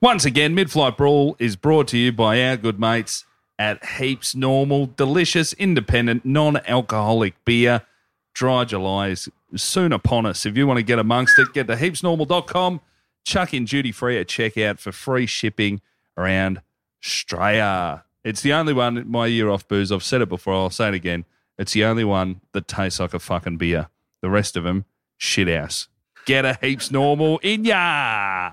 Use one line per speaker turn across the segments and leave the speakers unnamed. Once again, Mid Flight Brawl is brought to you by our good mates at Heaps Normal, delicious, independent, non alcoholic beer. Dry July is soon upon us. If you want to get amongst it, get to heapsnormal.com, chuck in duty free at checkout for free shipping around Australia. It's the only one, my year off booze, I've said it before, I'll say it again. It's the only one that tastes like a fucking beer. The rest of them, shit house. Get a Heaps Normal in ya!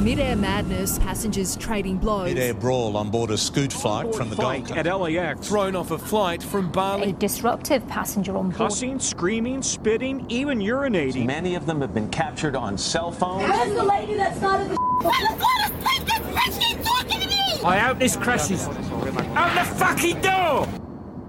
Midair madness, passengers trading blows.
Mid-air brawl on board a scoot flight from the Gold Coast.
LAX.
thrown off a flight from
a
Bali.
disruptive passenger on board.
Cussing, screaming, spitting, even urinating.
Many of them have been captured on cell phones.
Where's the lady that started the
I hope this crashes. Out the fucking door!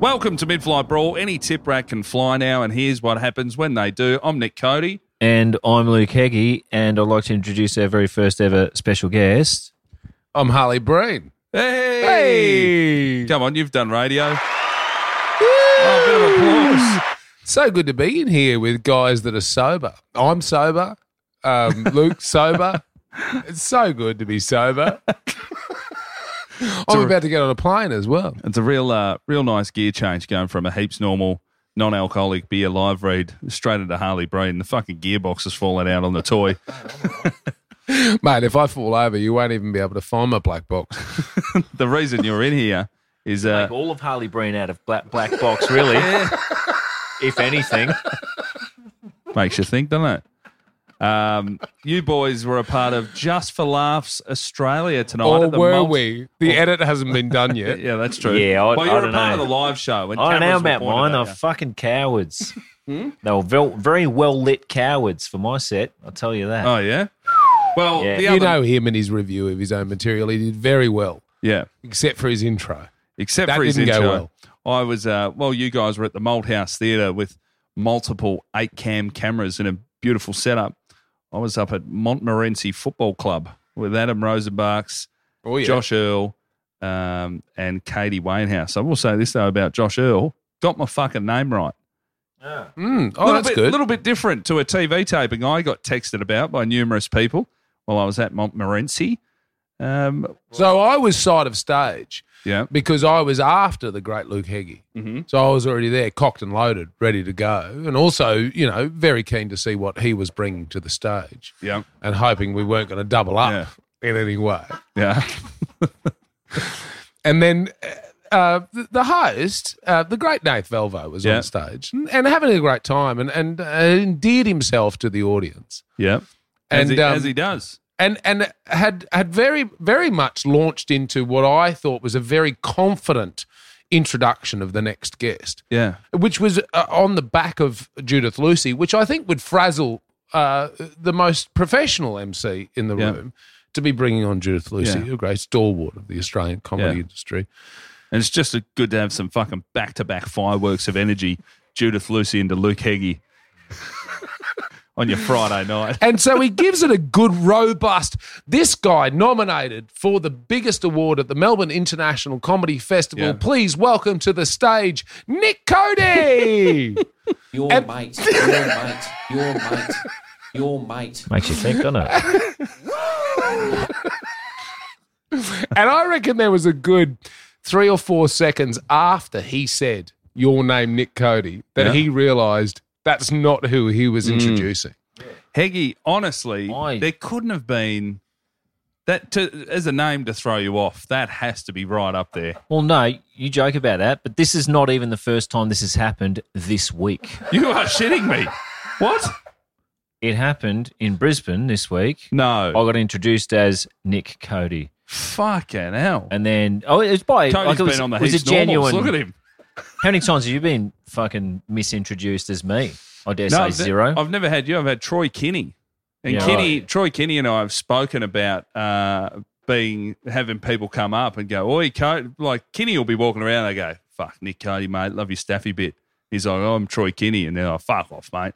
Welcome to Mid Flight Brawl. Any tip rat can fly now, and here's what happens when they do. I'm Nick Cody.
And I'm Luke Heggie, and I'd like to introduce our very first ever special guest.
I'm Harley Breen.
Hey! Come on, you've done radio. Oh, a bit of applause.
So good to be in here with guys that are sober. I'm sober. Um, Luke's sober. It's so good to be sober. I'm about to get on a plane as well.
It's a real, uh, real nice gear change going from a heaps normal non-alcoholic beer live read straight into Harley Breen. The fucking gearbox is falling out on the toy.
Mate, if I fall over, you won't even be able to find my black box.
the reason you're in here is uh,
Take all of Harley Breen out of black, black box, really, if anything.
makes you think, doesn't it? Um, you boys were a part of Just for Laughs Australia tonight.
or
at the
were
Malta-
we? The edit hasn't been done yet.
Yeah, that's true.
Yeah, I-
well, you
I
were a
don't
part
know.
of the live show. When
I don't know
cameras were
about
pointed
mine.
at
They're
you.
fucking cowards.
Hmm?
They were vel- very well lit cowards for my set, I'll tell you that.
Oh yeah. Well,
Yeah.
the
You
other,
know him and his review of his own material. He did very well,
yeah.
except for his intro.
except
That
for his
didn't go
intro.
well.
I was uh, well. You guys were at the Malthouse Theatre with multiple eight cam cameras in a beautiful setup. I was up at Montmorency Football Club with Adam Rosenbach's,
Oh, yeah.
Josh Earl, um, and Katie Wainhouse. I will say this though about Josh Earl. Got my fucking name right.
Mm.
A
Oh,
little
that's
bit,
good.
little bit different to a TV taping I got texted about by numerous people while I was at Montmorency. Um,
So I was side of stage
yeah.
because I was after the great Luke Heggie.
Mm-hmm.
So I was already there, cocked and loaded, ready to go. And also, you know, very keen to see what he was bringing to the stage
Yeah.
and hoping we weren't going to double up in any way.
Yeah.
And then uh, the, the host, uh, the great Nath Velvo, was
Yeah.
on stage and, and having a great time and, and uh, endeared himself to the audience.
Yeah. As,
And,
he,
um,
as he does.
and and had had very very much launched into what I thought was a very confident introduction of the next guest,
Yeah.
which was uh, on the back of Judith Lucy, which I think would frazzle uh, the most professional MC in the
Yeah.
room to be bringing on Judith Lucy,
Yeah.
a great stalwart of the Australian comedy
Yeah.
industry.
And it's just a- good to have some fucking back to back fireworks of energy, Judith Lucy into Luke Heggie on your Friday night.
And so he gives it a good, robust. This guy nominated for the biggest award at the Melbourne International Comedy Festival.
Yeah.
Please welcome to the stage Nick Cody.
Your
And-
mate, your mate, your mate, your mate.
Makes you think, doesn't it?
and I reckon there was a good three or four seconds after he said your name, Nick Cody, that
Yeah. Mm.
he realised that's not who he was introducing.
Heggie, honestly,
I-
there couldn't have been That to, as a name to throw you off, that has to be right up there.
Well, no, you joke about that, but this is not even the first time this has happened this week.
You are shitting me. What?
It happened in Brisbane this week.
No.
I got introduced as Nick Cody.
Fucking hell.
And then, oh, it was by.
Cody's
like it was,
been on the
it was
heaps
a genuine.
normals. Look at him.
How many times have you been fucking misintroduced as me? I dare say
I've ne-
zero.
I've never had you. I've had Troy Kinney, and
Yeah,
Kinney, Troy Kinney, and I have spoken about uh, being having people come up and go, "Oi, Cody!" Like Kinney will be walking around, and they go, "Fuck, Nick Cody, mate, love your staffy bit." He's like, "Oh, I'm Troy Kinney," and they're like, "Fuck off, mate."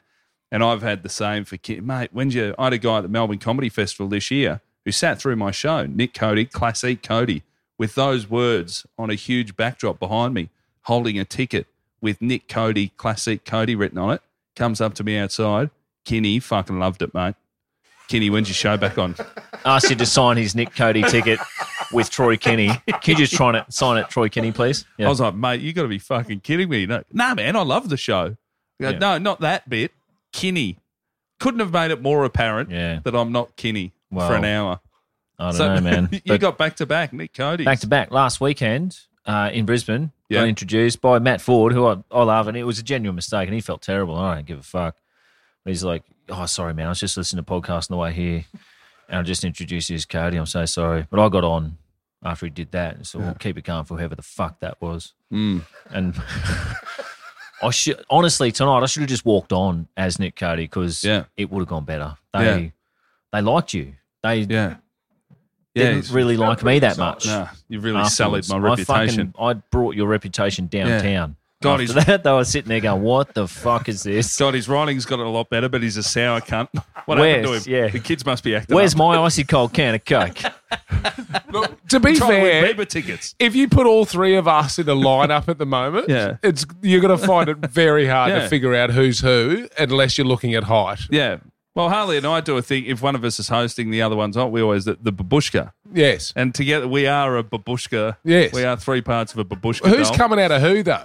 And I've had the same for Kinney, mate. When you, I had a guy at the Melbourne Comedy Festival this year who sat through my show, Nick Cody, classic Cody, with those words on a huge backdrop behind me, holding a ticket with Nick Cody, classic Cody written on it comes up to me outside. Kinney fucking loved it, mate. Kinney, when's your show back on?
Asked you to sign his Nick Cody ticket with Troy Kinney. Can you just try and sign it, Troy Kinney, please? Yeah.
I was like, mate, you got to be fucking kidding me. No, nah, man, I love the show. I go,
Yeah.
No, not that bit. Kinney. Couldn't have made it more apparent
Yeah.
that I'm not Kinney
Well,
for an hour.
I don't know, man.
you
But-
got back to back, Nick Cody.
back to back last weekend uh, in Brisbane.
Yeah.
Got introduced by Matt Ford, who I, I love, and it was a genuine mistake, and he felt terrible. I don't give a fuck. But he's like, "Oh, sorry, man. I was just listening to a podcast on the way here, and I just introduced you as Cody. I'm so sorry." But I got on after he did that, so we'll keep it going for whoever the fuck that was.
Mm.
And I should honestly tonight, I should have just walked on as Nick Cody because
Yeah.
it would have gone better. They
Yeah.
they liked you. They
Yeah. Yeah.
didn't
he's-
really like me that much
Nah, you really
afterwards.
sullied my
I
reputation.
fucking- I, brought your reputation downtown.
God,
After
he's-
that, they were sitting there going, "What the fuck is this?
God, his writing's got it a lot better, but he's a sour cunt. What happened
Where's-
to him?
yeah.
The kids must be acting.
Where's
up.
my icy cold can of coke?"
To be
Trying to win
fair,
Bieber tickets?
if you put all three of us in a lineup at the moment,
Yeah.
it's you're going to find it very hard
Yeah.
to figure out who's who unless you're looking at height.
Yeah. Well, Harley and I do a thing. If one of us is hosting, the other one's not. We always the, the babushka,
Yes.
and together we are a babushka.
Yes.
we are three parts of a babushka.
Who's
doll.
coming out of who though?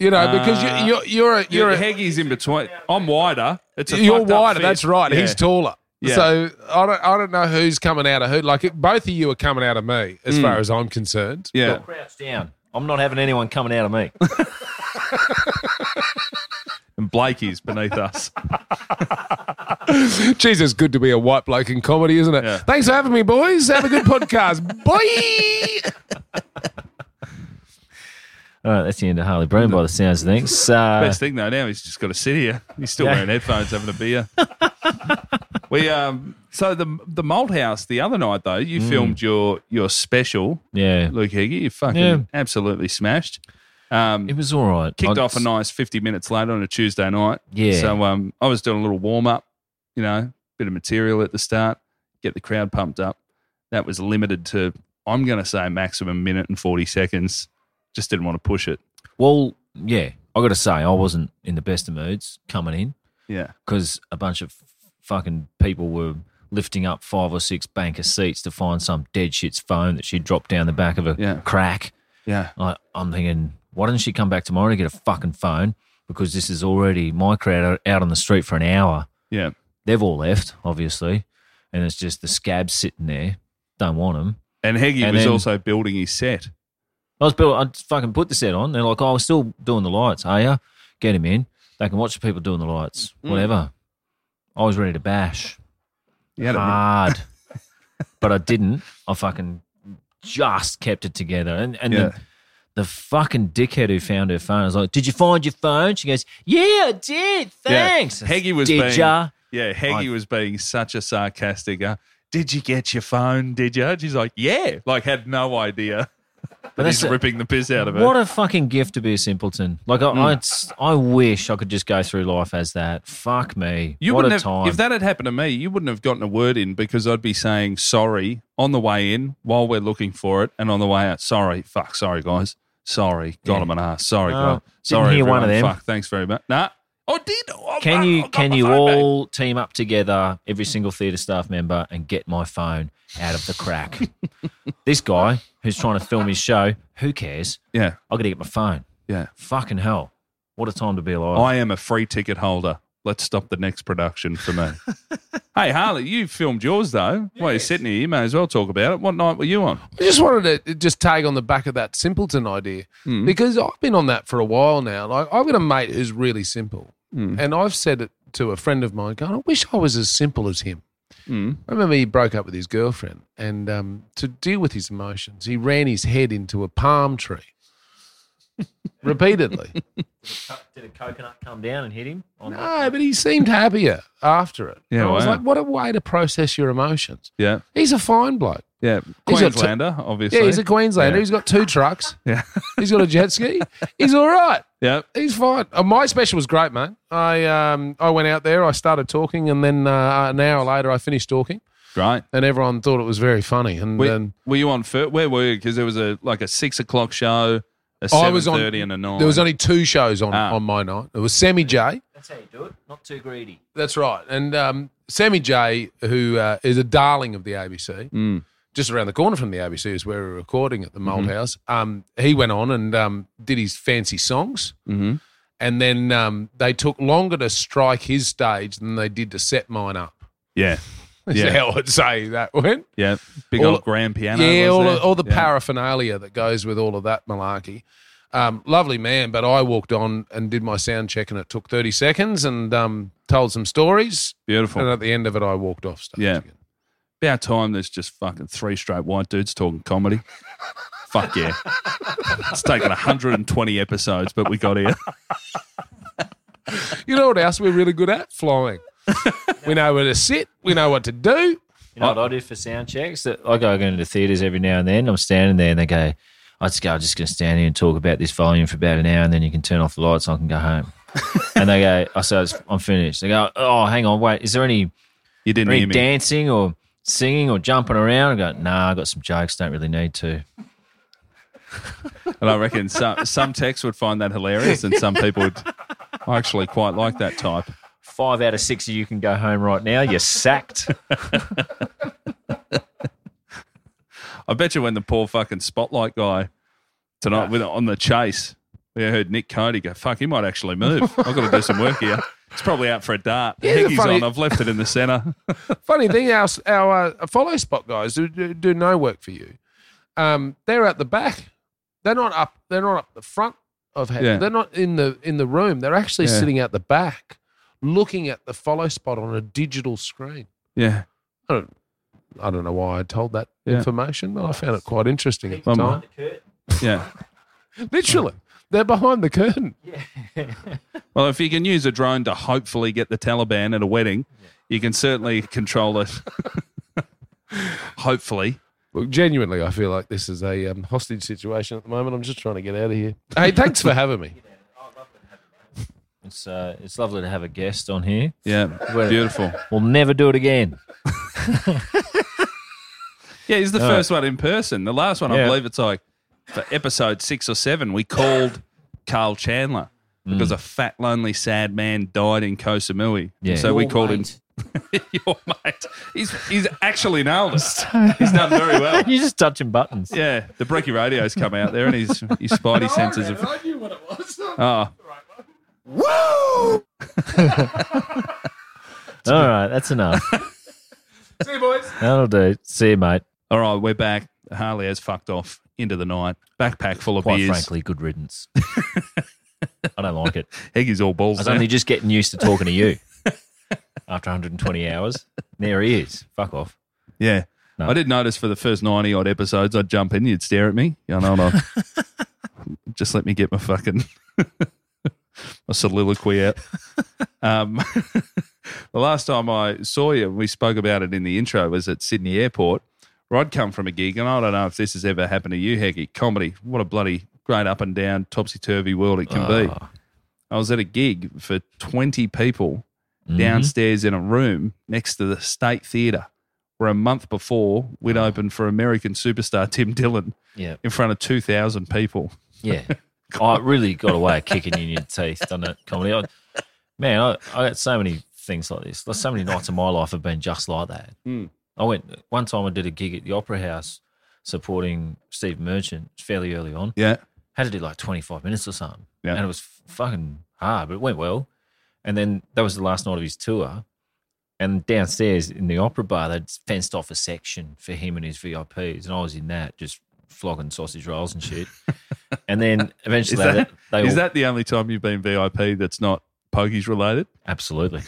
You know, because
Uh,
you, you're you're a,
Your
you're a,
Heggy's in between. I'm wider. It's a
you're
fucked up
wider.
fit.
That's right.
Yeah.
He's taller.
Yeah.
So I don't I don't know who's coming out of who. Like it, both of you are coming out of me as
Mm.
far as I'm concerned.
Yeah.
Crouch down. I'm not having anyone coming out of me.
And Blakey's beneath us.
Jesus, good to be a white bloke in comedy, isn't it?
Yeah.
Thanks for having me, boys. Have a good podcast. Bye.
All right, that's the end of Harley Broom by the sounds of things. Uh,
Best thing though, now he's just got to sit here. He's still
Yeah.
wearing headphones, having a beer. we um. So the the Malthouse the other night though,
Mm.
you filmed your your special,
yeah,
Luke Heggie. You fucking
Yeah.
absolutely smashed. Um,
it was all right.
kicked
I-
off a nice 50 minutes later on a Tuesday night.
Yeah.
So um, I was doing a little warm up, you know, bit of material at the start, get the crowd pumped up. That was limited to, I'm going to say, maximum minute and 40 seconds. Just didn't want to push it.
Well, yeah, I got to say, I wasn't in the best of moods coming in.
Yeah.
because a bunch of fucking people were lifting up five or six banker seats to find some dead shit's phone that she dropped down the back of a
Yeah.
crack.
Yeah.
I, I'm thinking, why doesn't she come back tomorrow to get a fucking phone? Because this is already my crowd are out on the street for an hour.
Yeah.
They've all left, obviously, and it's just the scabs sitting there. Don't want them.
And Heggie
And
was
then-
also building his set.
I was built. I fucking put the set on. They're like, oh, we're still doing the lights. Are you? Get him in. They can watch the people doing the lights. Whatever. I was ready to bash.
He had it-
hard, but I didn't. I fucking just kept it together. And and
Yeah.
the, the fucking dickhead who found her phone I was like, "Did you find your phone?" She goes, "Yeah, I did.
Yeah.
Thanks."
Heggie was
did
being,
ya?
Yeah, Heggie
I-
was being such a sarcastic. Uh, did you get your phone? Did you? She's like, yeah. Like, had no idea. But
that's
he's
a-
ripping the piss out of her.
What a fucking gift to be a simpleton. Like
Mm.
I, I s- I, wish I could just go through life as that. Fuck me.
You
what a
wouldn't have,
time.
if that had happened to me, you wouldn't have gotten a word in because I'd be saying sorry on the way in while we're looking for it, and on the way out, sorry, fuck, sorry guys, sorry, got
Yeah.
him an ass, sorry,
No,
God.
didn't
sorry,
hear one of
everyone.
them.
Fuck, thanks very much. Nah, oh, did oh,
can
fuck, I
you
got
can
my
you
phone back.
all team up together, every single theatre staff member, and get my phone out of the crack? this guy who's trying to film his show, who cares?
Yeah,
I gotta get my phone.
yeah.
Fucking hell. What a time to be alive.
I am a free ticket holder. Let's stop the next production for me. hey, Harley, you filmed yours though. While you're sitting here, you may as well talk about it. What night were you on?
I just wanted to just tag on the back of that simpleton idea
Mm.
because I've been on that for a while now. Like I've got a mate who's really simple,
Mm.
and I've said it to a friend of mine, going, "I wish I was as simple as him."
Mm.
I remember he broke up with his girlfriend, and um, to deal with his emotions, he ran his head into a palm tree repeatedly.
Did a coconut come down and hit him? Oh, On
No, Ah, but he seemed happier after it.
Yeah,
And I was
wow.
like, "What a way to process your emotions."
Yeah,
He's a fine bloke.
yeah.
He's got two-
Queenslander, obviously.
Yeah, he's a Queenslander.
Yeah.
He's got two trucks.
Yeah.
He's got a jet ski. He's all right.
yeah.
He's fine. Uh, my special was great, mate. I um I went out there. I started talking, and then uh, an hour later, I finished talking,
Right.
and everyone thought it was very funny. And
Were,
then
were you on first? Where were you? Because there was a like a six o'clock show, a
Oh, I
seven
was on.
thirty, and a nine.
There was only two shows on
Ah.
on my night. It was Sammy J.
That's how you do it. Not too greedy.
That's right. And um, Sammy J, who uh, is a darling of the
Mm.
ABC,
Mm-hmm.
just around the corner from the ABC is where we're recording at the Moldhouse. Um, he went on and um, did his fancy songs.
Mhm.
And then um, they took longer to strike his stage than they did to set mine up.
Yeah.
Is
Yeah.
how I'd say that went.
Yeah. Big
All-
old grand piano.
yeah,
was
all,
there?
all the
Yeah.
paraphernalia that goes with all of that malarkey. Um, lovely man, but I walked on and did my sound check, and it took 30 seconds and um, told some stories.
Beautiful.
And at the end of it, I walked off stage.
Yeah.
again.
About time there's just fucking three straight white dudes talking comedy. Fuck yeah. It's taken 120 episodes, but we got here.
You know what else we're really good at? Flying. we know where to sit. We know what to do.
You know what I do for sound checks? That I go into theaters every now and then. I'm standing there and they go, I just go, I'm just going to stand here and talk about this volume for about an hour and then you can turn off the lights and I can go home. and they go, I say, I'm finished. They go, oh, hang on, wait, is there any,
You didn't
any
hear me.
dancing or singing or jumping around? I go, nah, I got some jokes, don't really need to.
And I reckon some, some techs would find that hilarious and some people would I actually quite like that type.
Five out of six of you can go home right now. You're sacked.
I bet you when the poor fucking spotlight guy tonight with, on the chase, we heard Nick Cody go, fuck, he might actually move. I've got to do some work here. It's probably out for a dart. The
Yeah, the
Hickey's
funny-
on. I've left it in the centre.
Funny thing, our, our uh, follow spot guys who do, do no work for you, um, they're at the back. They're not up. They're not up the front of. Ha-
Yeah.
They're not in the in the room. They're actually
Yeah.
sitting at the back, looking at the follow spot on a digital screen.
Yeah.
I don't, I don't know why I told that
Yeah.
information, but I found it quite interesting at the
Um,
time.
Yeah.
Literally, they're behind the curtain.
Well, if you can use a drone to hopefully get the Taliban at a wedding, you can certainly control it. hopefully.
Look, genuinely, I feel like this is a um, hostage situation at the moment. I'm just trying to get out of here. Hey, thanks for having me.
It's, uh, it's lovely to have a guest on here.
Yeah.
Well-
Beautiful.
We'll never do it again.
Yeah, he's the
All
first one in person. The last one, I
Yeah.
believe it's like for episode six or seven, we called Carl Chandler
Mm.
because a fat, lonely, sad man died in Kosamui.
Yeah.
So we called him your mate. He's, he's actually nailed us. He's done very well.
You're just touching buttons.
Yeah, the Brecky radio's come out there, and his his spidey senses have. I knew what it was. Oh,
All right, that's enough.
See you, boys.
That'll do. See you, mate.
all right, we're back. Harley has fucked off into the night. Backpack full of
Quite
beers.
frankly, good riddance. I don't like it.
Heggy's all
I
balls.
was
now.
only just getting used to talking to you after 120 hours. There he is. Fuck off.
Yeah.
No.
I did notice for the first 90 odd episodes, I'd jump in, you'd stare at me. You know, and I'd, just let me get my fucking my soliloquy out. Um, the last time I saw you, we spoke about it in the intro, was at Sydney Airport. Where I'd come from a gig, and I don't know if this has ever happened to you, Hecky. Comedy, what a bloody great up and down, topsy turvy world it can be. I was at a gig for 20 people downstairs in a room next to the State Theatre, where a month before we'd opened for American superstar Tim Dillon
Yeah.
in front of 2,000 people.
Yeah. Oh, it really got a way of kicking in your teeth, doesn't it? Comedy. I, man, I, I got so many things like this. Like, So many nights of my life have been just like that.
Hmm.
Mm.
I went one time I did a gig at the Opera House supporting Steve Merchant fairly early on.
Yeah.
had to do like 25 minutes or something.
Yeah.
And it was f- fucking hard, but it went well. And then that was the last night of his tour. And downstairs in the opera bar, they'd fenced off a section for him and his VIPs. And I was in that, just flogging sausage rolls and shit. and then
Is
eventually
that,
they, they
is
all,
that the only time you've been VIP that's not pokies related?
Absolutely.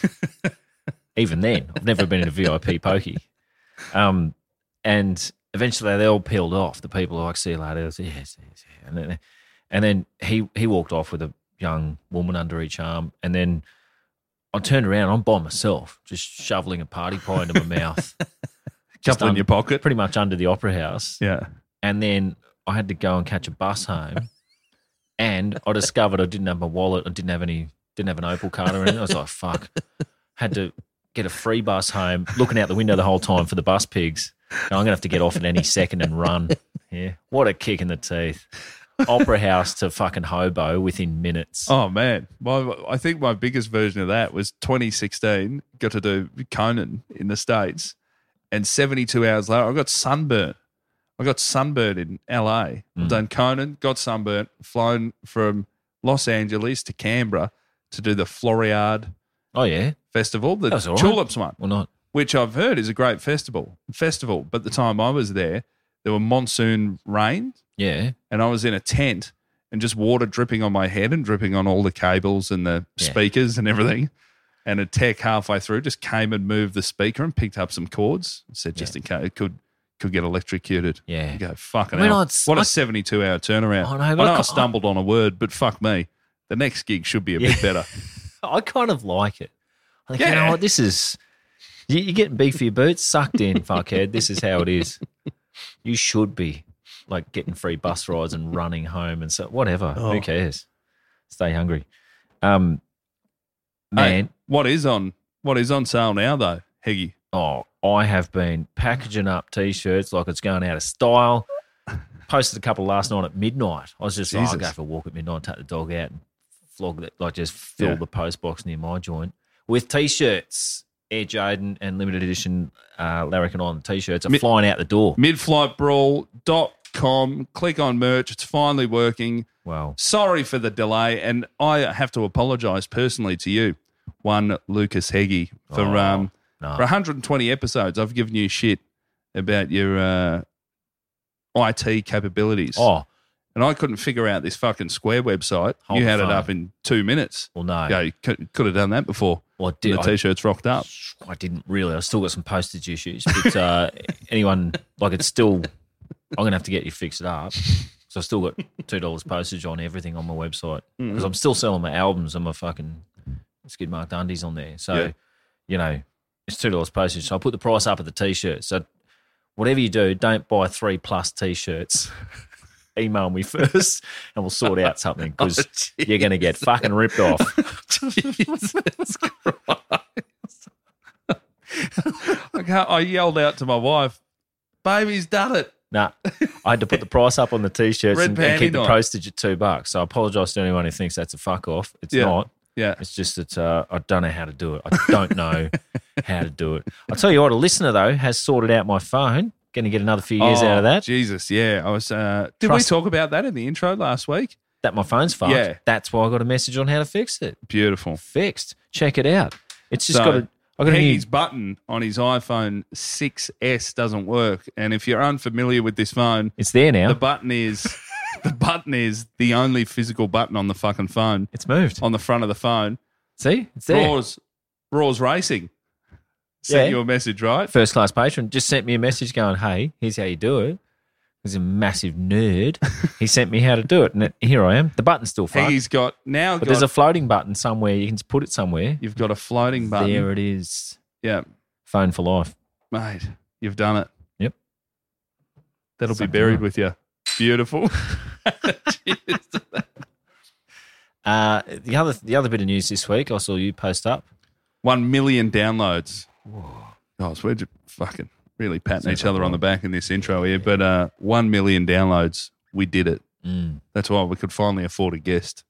even then, I've never been in a VIP pokey. Um, and eventually they all peeled off. The people like, see you later. I said, yes, yes, yes. And then, and then he, he walked off with a young woman under each arm. And then I turned around, I'm by myself, just shoveling a party pie into my mouth.
Couple in your
pocket. Pretty much under the opera house.
Yeah.
And then I had to go and catch a bus home. and I discovered I didn't have my wallet. I didn't have any, didn't have an Opal card or anything. I was like, fuck. Had to get a free bus home, looking out the window the whole time for the bus pigs. And I'm gonna have to get off at any second and run. Yeah, what a kick in the teeth. Opera house to fucking hobo within minutes.
Oh man, my I think my biggest version of that was 2016. Got to do Conan in the states, and 72 hours later, I got sunburnt. I got sunburnt in LA. I've done Conan, got sunburnt, flown from Los Angeles to Canberra to do the Floriade.
Oh yeah,
festival, the
That was all right.
Tulips one,
Well, not
which I've heard is a great festival. Festival, but the time I was there, there were monsoon rains
yeah.
and I was in a tent and just water dripping on my head and dripping on all the cables and the
Yeah.
speakers and everything. And a tech halfway through just came and moved the speaker and picked up some cords and said just in case it could could get electrocuted.
Yeah.
You go, fucking
I mean,
hell.
I'd-
what a
I-
72 hour turnaround.
I know,
I
but
know
I
I,
ca-
stumbled on a word, but fuck me. The next gig should be a
Yeah.
bit better.
I kind of like it. I think, you
Yeah.
know what, this is you- you're getting big for your boots, sucked in, fuckhead. This is how it is. You should be like getting free bus rides and running home and so whatever.
Oh.
Who cares? Stay hungry. Um man,
Hey, what is on what is on sale now though, Heggy?
oh, I have been packaging up t-shirts like it's going out of style. Posted a couple last night at midnight. I was just like, I'll
Jesus.
go for a walk at midnight, take the dog out and flog that, like just fill
Yeah.
the post box near my joint with t-shirts. Air Jaden and limited edition uh, Larrikin on t-shirts are
Mi-
flying out the door.
Midflightbrawl.com. Click on merch. It's finally working.
Wow.
Sorry for the delay, and I have to apologise personally to you, one Lucas Heggie, for
Oh,
um
no.
for 120 episodes. I've given you shit about your uh, IT capabilities,
Oh,
and I couldn't figure out this fucking Square website.
Hold
you
the
had
phone.
it up in two minutes.
well, no.
Yeah, you could, could have done that before.
Well, I
And
did.
the
I-
t-shirts rocked up.
I didn't really. I still got some postage issues, but uh, anyone like it's still. I'm gonna have to get you fixed up. So I still got two dollars postage on everything on my website
Mm-hmm.
because I'm still selling my albums and my fucking skid marked undies on there. So
Yeah.
you know it's two dollars postage. So I put the price up of the t-shirt. So whatever you do, don't buy three plus t-shirts. Email me first, and we'll sort out something because
Oh,
you're gonna get fucking ripped off.
Jesus Christ. I, can't, I yelled out to my wife, Baby's done it.
Nah, I had to put the price up on the t-shirts
Red
and, and
panty
keep the
night.
postage at two bucks. So I apologise to anyone who thinks that's a fuck off. It's
Yeah.
not.
Yeah.
It's just that uh, I don't know how to do it. I don't know how to do it. I'll tell you what, a listener though has sorted out my phone. Going to get another few years out of that.
Oh, Jesus, yeah. I was. Uh, did
Trust-
we talk about that in the intro last week?
That my phone's fucked.
Yeah.
That's why I got a message on how to fix it.
Beautiful.
Fixed. Check it out. It's just
So,
got a. I got a new.
Peggy's button on his iPhone 6s doesn't work, and if you're unfamiliar with this phone,
It's there now.
the button is the button is the only physical button on the fucking phone
it's moved.
on the front of the phone.
See, it's there.
Raws, Raws Racing sent
Yeah.
you a message, right?
first class patron just sent me a message going, "Hey, here's how you do it." He's a massive nerd. he sent me how to do it, and here I am. The button's still fucked,
He's got now.
but
got,
there's a floating button somewhere. You can just put it somewhere.
You've got a floating button.
There it is.
Yeah,
Phone for life.
mate, you've done it.
Yep.
That'll
Something
be buried
like-
with you. Beautiful.
Uh, the other the other bit of news this week, I saw you post up.
One million downloads. Guys, we're just fucking really patting
Sounds
each other
like
on the back in this intro here, but uh, one million downloads. We did it.
Mm.
That's why we could finally afford a guest.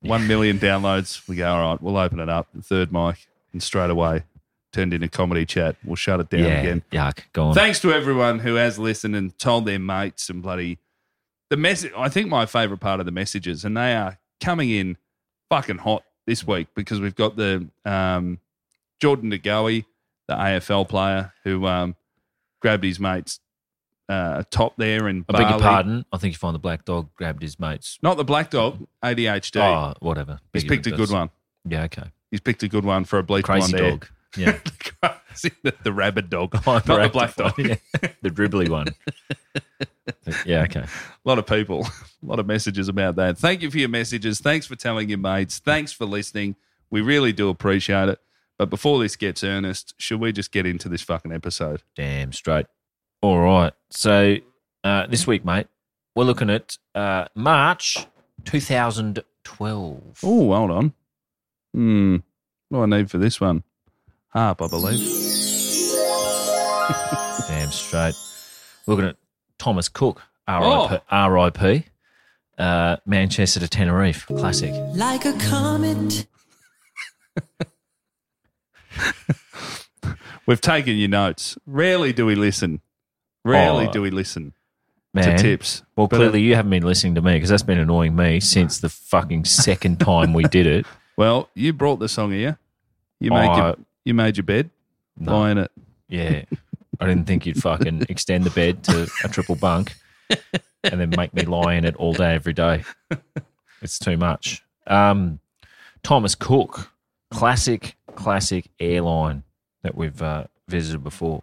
One million downloads. We go, all right, we'll open it up. Third mic, and straight away turned into comedy chat. We'll shut it down
yeah,
again.
yuck. Go on.
Thanks to everyone who has listened and told their mates and bloody the message. I think my favorite part of the messages, and they are coming in fucking hot this week because we've got the um, Jordan DeGoey, the AFL player who um, grabbed his mate's uh, top there in
I beg your
Bali.
pardon. I think you find the black dog grabbed his mates.
Not the black dog, ADHD.
Oh, whatever.
He's
Beg your
picked a
pardon.
good one.
Yeah, okay.
He's picked a good one for a bleach
Crazy
blonde hair.
dog. Yeah.
Crazy- the, the rabid dog, not the
Hyperactive
black dog.
one, yeah. the dribbly one. yeah, okay.
A lot of people, a lot of messages about that. Thank you for your messages. Thanks for telling your mates. Thanks for listening. We really do appreciate it. But before this gets earnest, should we just get into this fucking episode?
Damn straight. All right. So uh, this week, mate, we're looking at uh, March 2012.
Oh, hold on. Hmm. What do I need for this one? Harp, I believe.
Damn straight. Looking at Thomas Cook,
Oh.
RIP, RIP uh, Manchester to Tenerife, classic.
Like a comet.
We've taken your notes. Rarely do we listen. Rarely
Oh.
do we listen
Man.
to tips.
Well,
But, uh,
clearly you haven't been listening to me because that's been annoying me since the fucking second time we did it.
Well, you brought the song here. You made your,
I-
you made your bed,
Oh. No.
lying it.
Yeah. I didn't think you'd fucking extend the bed to a triple bunk and then make me lie in it all day, every day. It's too much. Um, Thomas Cook, classic, classic airline that we've uh, visited before.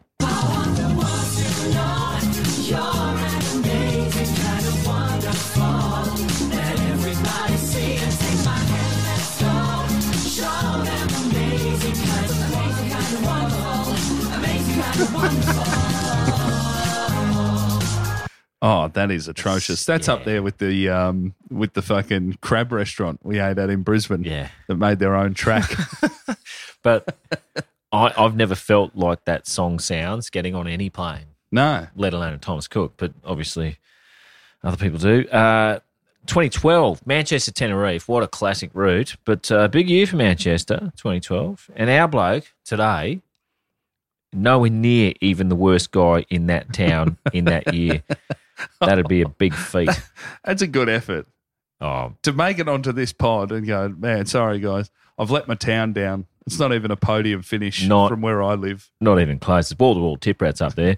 Oh, that is atrocious. That's up there with the um, with the fucking crab restaurant we ate at in Brisbane.
Yeah.
that made their own track.
But I, I've never felt like that song sounds getting on any plane.
no,
let alone a Thomas Cook, but obviously other people do. Uh, 2012, Manchester Tenerife. What a classic route. But uh, big year for Manchester, 2012. And our bloke today, nowhere near even the worst guy in that town in that year. That'd be a big feat.
that's a good effort
Oh,
to make it onto this pod and go. Man, sorry guys, I've let my town down. It's not even a podium finish
Not-
from where I live.
not even close. It's wall to wall tip rats up there.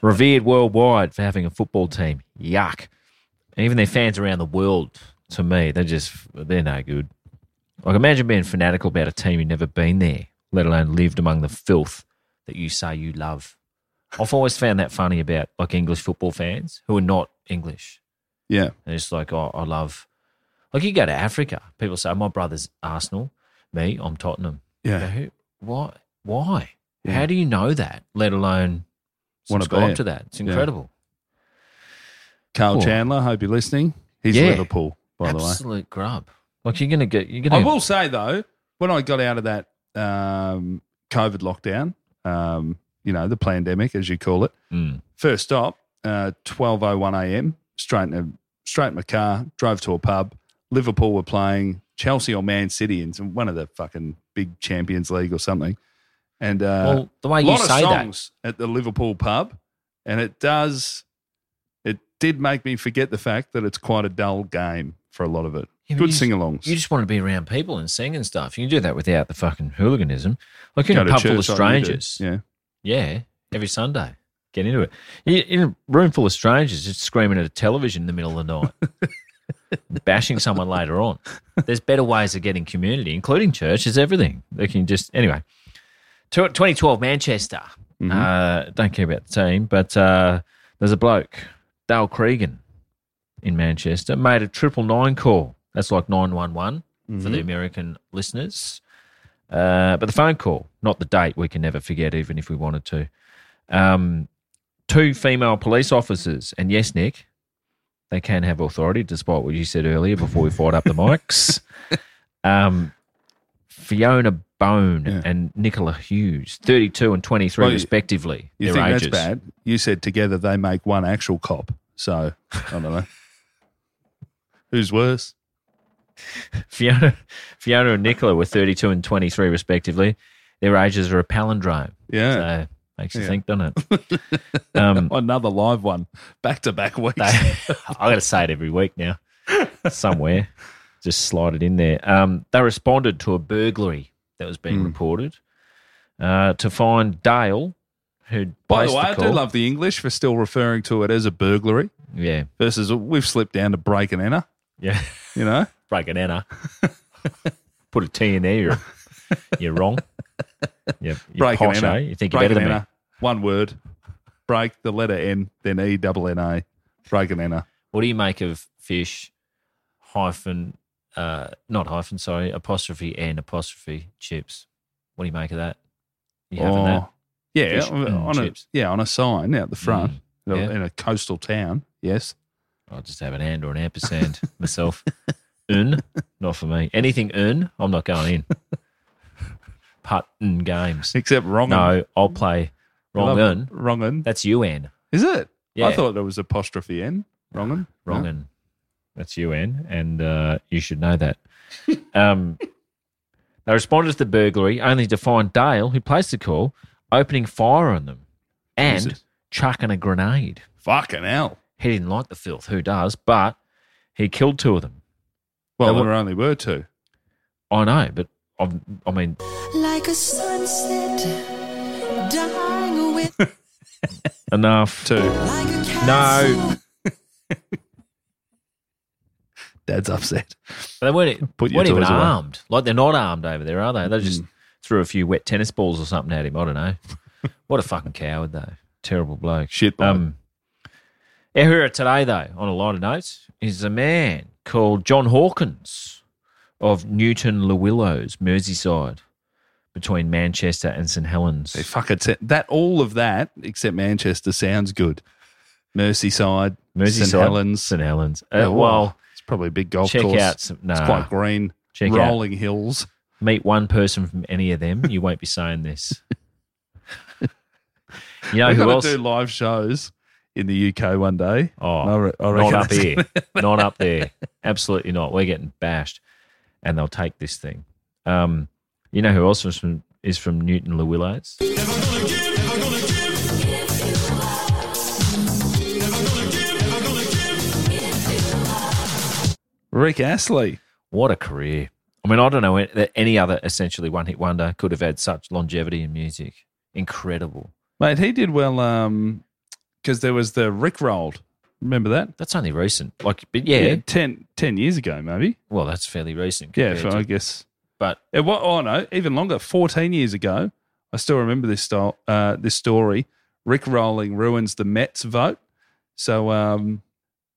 Revered worldwide for having a football team. Yuck. And even their fans around the world, to me, they're just, they're no good. Like, imagine being fanatical about a team you've never been there, let alone lived among the filth that you say you love. I've always found that funny about like English football fans who are not English.
Yeah,
And it's like, oh, I love, like, you go to Africa, people say, my brother's Arsenal, me, I'm Tottenham.
yeah.
You go, why? Why?
Yeah.
How do you know that? Let alone
Wanna be
subscribe
it.
to that. It's
Yeah.
incredible.
Carl
Cool.
Chandler, hope you're listening. He's
Yeah.
Liverpool, by the way.
Absolute grub. Like you're gonna get. You're
I
gonna.
will say though, when I got out of that um, COVID lockdown, um, you know, the pandemic as you call it,
Mm.
first stop, twelve oh one a.m. Straight in a, straight in my car, drove to a pub. Liverpool were playing Chelsea or Man City in some, one of the fucking big Champions League or something. And uh,
well, the way you
lot of
say that,
songs at the Liverpool pub, and it does. It did make me forget the fact that it's quite a dull game for a lot of it.
Yeah, but
Good
you just-
sing-alongs.
you just want to be around people and sing and stuff. You can do that without the fucking hooliganism. Like you're
Go
in
to
a pub full of
church like you do.
strangers.
Yeah.
Yeah, every Sunday. Get into it. You- In a room full of strangers, just screaming at a television in the middle of the night, bashing someone later on. There's better ways of getting community, including church, is everything. They can just, anyway. Tw- 2012 Manchester. Uh, don't care about the team, but uh, there's a bloke, Dale Cregan, in Manchester, made a triple nine call. That's like 911 for
Mm-hmm.
the American listeners. Uh, but the phone call, not the date, we can never forget, even if we wanted to. Um, two female police officers, and yes, Nick, they can have authority, despite what you said earlier before we fired up the mics. Um, Fiona Bone
Yeah.
and Nicola Hughes, 32 and 23,
Well, you-
respectively.
You
their
think
ages.
that's bad? You said together they make one actual cop. So I don't know. Who's worse?
Fiona, Fiona and Nicola were 32 and 23, respectively. Their ages are a palindrome.
Yeah.
So makes you
Yeah.
think, doesn't it? um,
Another live one. Back to back weeks.
I got to say it every week now, somewhere. just slide it in there. Um, they responded to a burglary that was being
Mm.
reported uh, to find Dale, who'd
By the
placed
way, I do
call.
love the English for still referring to it as a burglary.
Yeah.
Versus we've slipped down to break and enter.
Yeah.
You know?
break an enter. Put a T in there. You're, you're wrong. You're, you're
break
posh,
and
eh?
enter.
You think you're
break
better
and
than me.
enter. One word. Break the letter N, then E double N A. Break and enter.
What do you make of fish hyphen, uh, not hyphen, sorry, apostrophe and apostrophe chips? What do you make of that? You having
Oh,
that?
Yeah,
Fish
on,
and
on a
chips.
yeah on a sign out the front
Mm, yeah.
in a coastal town. Yes,
I'll just have an and or an ampersand myself. Un, not for me. Anything un, I'm not going in. Part un games.
except wrong.
No, I'll play
I love
wrong un.
Wrong un.
That's you un.
Is it?
Yeah.
I thought there was apostrophe N. Wrong un.
Wrong un. That's you un, and uh, you should know that. Um, they responded to the burglary only to find Dale, who placed the call, opening fire on them and
Jesus.
chucking a grenade.
Fucking hell.
He didn't like the filth. Who does? But he killed two of them.
Well,
They
there
were-
only were two.
I know, but I've, I mean,
Like a sunset dying with
enough.
Two.
like a
No.
Dad's upset.
But they weren't, e-,
Put your
weren't even
toys away. Mm.
armed. Like they're not armed over there, are they? They just threw a few wet tennis balls or something at him. I don't know. what a fucking coward, though. Terrible bloke.
Shit, bloke.
Um, our hero today, though, on a lighter note, is a man called John Hawkins of Newton Lewillows, Merseyside, between Manchester and St Helens.
They fuck it. That all of that except Manchester sounds good. Merseyside,
Merseyside,
St Helens.
St Helens. Uh,
Yeah,
well,
it's probably a big golf
check
course.
out some-
It's
nah.
quite green.
Check out-
rolling hills.
meet one person from any of them, you won't be saying this. you know
We're
who
gonna
else?
do live shows in the UK one day.
Oh,
I re- I
not
reckon
up
that's-
here. not up there. Absolutely not. We're getting bashed, and they'll take this thing. Um, you know who else is from is from Newton Lewillows?
Rick Astley.
What a career! I mean, I don't know an- that any other essentially one hit wonder could have had such longevity in music. Incredible.
Mate, he did well um because there was the Rick Rolled. Remember that?
That's only recent. Like, but yeah.
ten, 10 years ago, maybe.
Well, that's fairly recent.
Yeah,
compared
for, I
to-
guess.
but
It, wa- oh no, even longer. Fourteen years ago, I still remember this style, uh, this story. Rick Rolling ruins the Mets vote. So, um,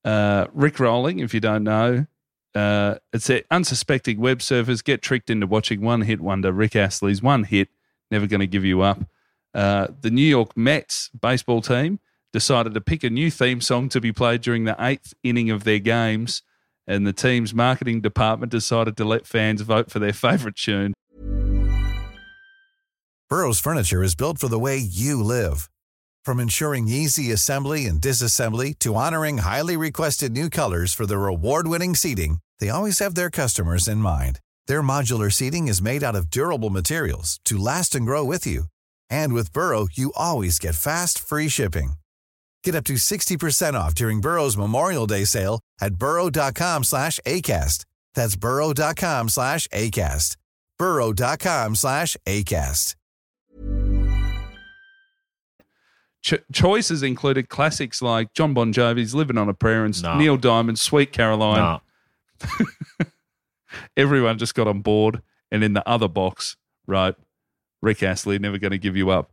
uh, Rick Rolling, if you don't know, uh, it's a unsuspecting web surfers get tricked into watching one hit wonder Rick Astley's one hit, never going to give you up. Uh, the New York Mets baseball team decided to pick a new theme song to be played during the eighth inning of their games, and the team's marketing department decided to let fans vote for their favorite tune.
Burrow's furniture is built for the way you live. From ensuring easy assembly and disassembly to honoring highly requested new colors for their award-winning seating, they always have their customers in mind. Their modular seating is made out of durable materials to last and grow with you. And with Burrow, you always get fast, free shipping. Get up to 60% off during Burrow's Memorial Day sale at burrow.com slash ACAST. That's burrow.com slash ACAST. burrow.com slash ACAST.
Ch- choices included classics like John Bon Jovi's "Living on a Prayer" and
Nah.
Neil Diamond's "Sweet Caroline."
nah.
Everyone just got on board, and in the other box wrote Rick Astley, "Never going to give you up."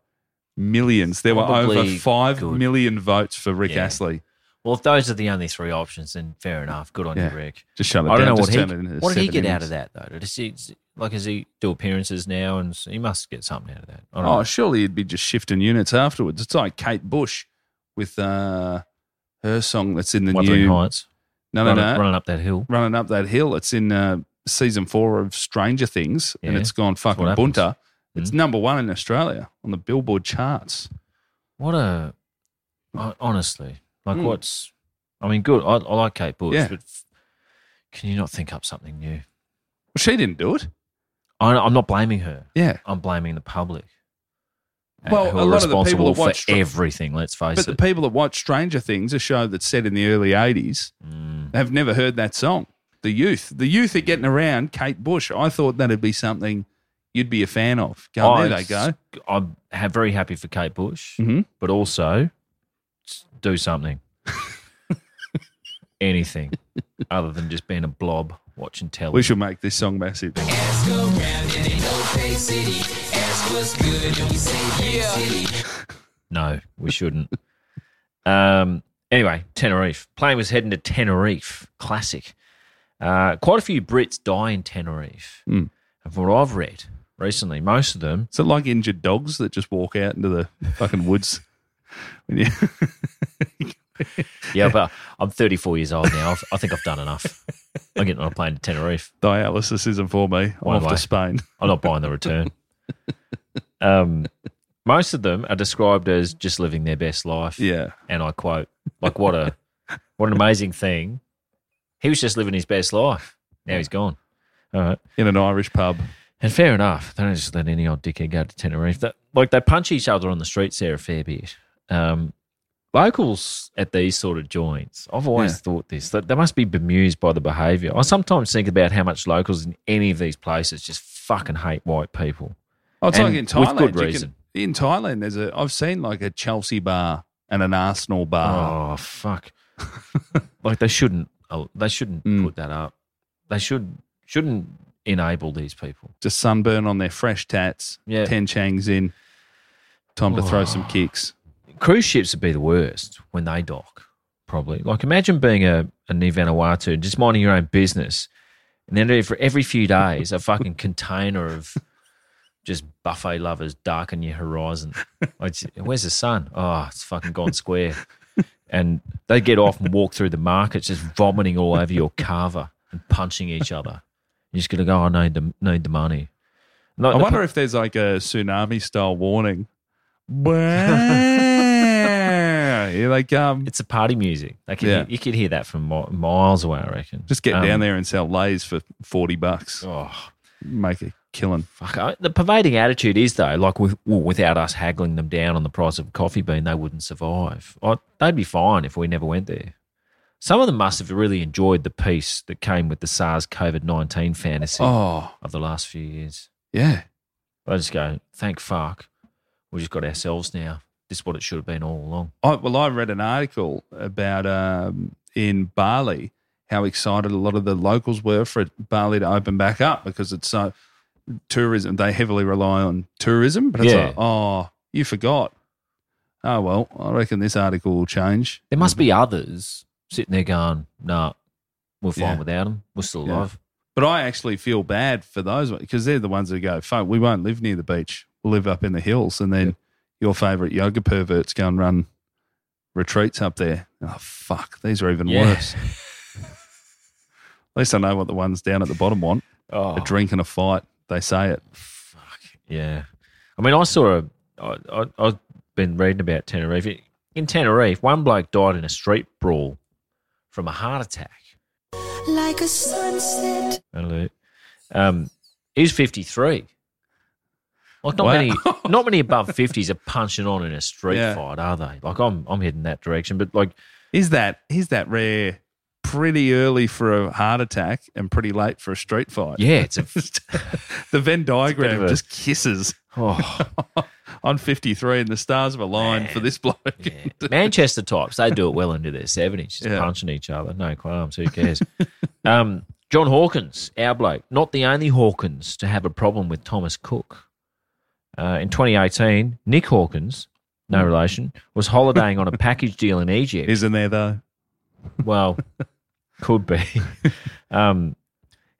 Millions. There were
Probably
over five
good.
million votes for Rick
Yeah.
Astley.
Well, if those are the only three options, then fair enough. Good on
Yeah.
you, Rick.
Just shut it
I don't
down.
know what
Just
he
turn it into
what did he
seven
get out of
innings.
that though? Does he like does he do appearances now and s- he must get something out of that? I don't
Oh,
know.
surely it'd be just shifting units afterwards. It's like Kate Bush with uh, her song that's in the
Wuthering
new.
Heights.
No, no,
running,
no.
running up that hill.
running up that hill. It's in uh, season four of Stranger Things, and
Yeah.
it's gone
what
fucking
happens. Mm.
bunter. It's number one in Australia on the Billboard charts.
What a hon- honestly, like
Mm.
what's I mean, good. I, I like Kate Bush,
Yeah.
but f- can you not think up something new?
Well, she didn't do it.
I, I'm not blaming her.
Yeah,
I'm blaming the public. uh,
Well,
who
a
are
lot of the people
responsible
that watch
for
Str-
everything. Let's face
but
it.
the
Mm.
people that watch Stranger Things, a show that's set in the early '80s, have never heard that song. the youth. The youth are getting around Kate Bush. I thought that'd be something you'd be a fan of. Go, there they go.
I'm ha- very happy for Kate Bush,
Mhm.
but also s- do something. Anything other than just being a blob watching television.
We should make this song massive.
Ask around and they know Bay City. Ask what's good and we say Bay City.
No, we shouldn't. um, anyway, Tenerife. Plane was heading to Tenerife. Classic. Uh, quite a few Brits die in Tenerife.
Mm.
And from what I've read recently, most of them.
Is it like injured dogs that just walk out into the fucking woods? When you-
Yeah, but I'm 34 years old now. I've, I think I've done enough. I'm getting on a plane to Tenerife.
Dialysis isn't for me. I'm
One
off
way.
to Spain.
I'm not buying the return. um, most of them are described as just living their best life.
Yeah.
and I quote, like, what a, what an amazing thing. He was just living his best life. Now he's gone. All right.
In an Irish pub.
And fair enough. They don't just let any old dickhead go to Tenerife. That, like they punch each other on the streets there a fair bit. Um, locals at these sort of joints, I've always
Yeah.
thought this that they must be bemused by the behaviour. I sometimes think about how much locals in any of these places just fucking hate white people.
Oh, it's
And
like in Thailand.
with good
you
reason.
Can, in Thailand, there's a. I've seen like a Chelsea bar and an Arsenal bar.
Oh fuck! like they shouldn't. Oh, they shouldn't put that up. They should shouldn't enable these people.
Just sunburn on their fresh tats.
Yeah.
Ten changs in. Time to throw some kicks.
Cruise ships would be the worst when they dock. Probably. Like imagine being a, a New Vanuatu, just minding your own business, and then for every few days, a fucking container of just buffet lovers darken your horizon. Like, where's the sun? Oh, it's fucking gone square. And they get off and walk through the markets, just vomiting all over your carver and punching each other. You're just gonna go, "Oh, I need the need the money. Like
I
the
wonder if there's like a tsunami style warning. yeah, like um,
it's a party music. They can
Yeah.
hear- you could hear that from mi- miles away. I reckon.
Just get
Um,
down there and sell lays for forty bucks.
Oh,
make a killing.
Fuck, I- the pervading attitude is though, like with, well, without us haggling them down on the price of a coffee bean, they wouldn't survive. I, they'd be fine if we never went there. Some of them must have really enjoyed the peace that came with the SARS COVID nineteen fantasy
Oh.
of the last few years.
Yeah.
I just go, thank fuck, we just got ourselves now. This is what it should have been all along.
I, well, I read an article about um, in Bali how excited a lot of the locals were for Bali to open back up because it's so tourism. They heavily rely on tourism, but it's
Yeah.
like, oh, you forgot. Oh well, I reckon this article will change.
There must
Mm-hmm.
be others sitting there going, nah, we're fine
Yeah.
without them. We're still
Yeah.
alive.
But I actually feel bad for those because they're the ones that go, fuck, we won't live near the beach. We'll live up in the hills. And then your favorite yoga perverts go and run retreats up there. Oh, fuck, these are even
Yeah.
worse. At least I know what the ones down at the bottom want
Oh.
a drink and a fight. They say it.
Yeah, I mean, I saw a. I, I, I've been reading about Tenerife. In Tenerife, one bloke died in a street brawl from a heart attack.
Like a sunset.
Hello. Um, he's fifty three. Like not
Wow.
many, not many above fifties are punching on in a street
Yeah.
fight, are they? Like I'm, I'm heading that direction. But like,
Is that is that rare? Pretty early for a heart attack and pretty late for a street fight.
yeah, it's a.
The Venn diagram
of a-
just kisses.
oh,
I'm 53 and the stars have aligned for this bloke.
Manchester types, they do it well into their 70s, just
Yeah.
punching each other. No qualms, who cares? um, John Hawkins, our bloke, not the only Hawkins to have a problem with Thomas Cook. Uh, in 2018, Nick Hawkins,
Hmm.
no relation, was holidaying on a package deal in Egypt.
Isn't there though?
Well, could be. Um,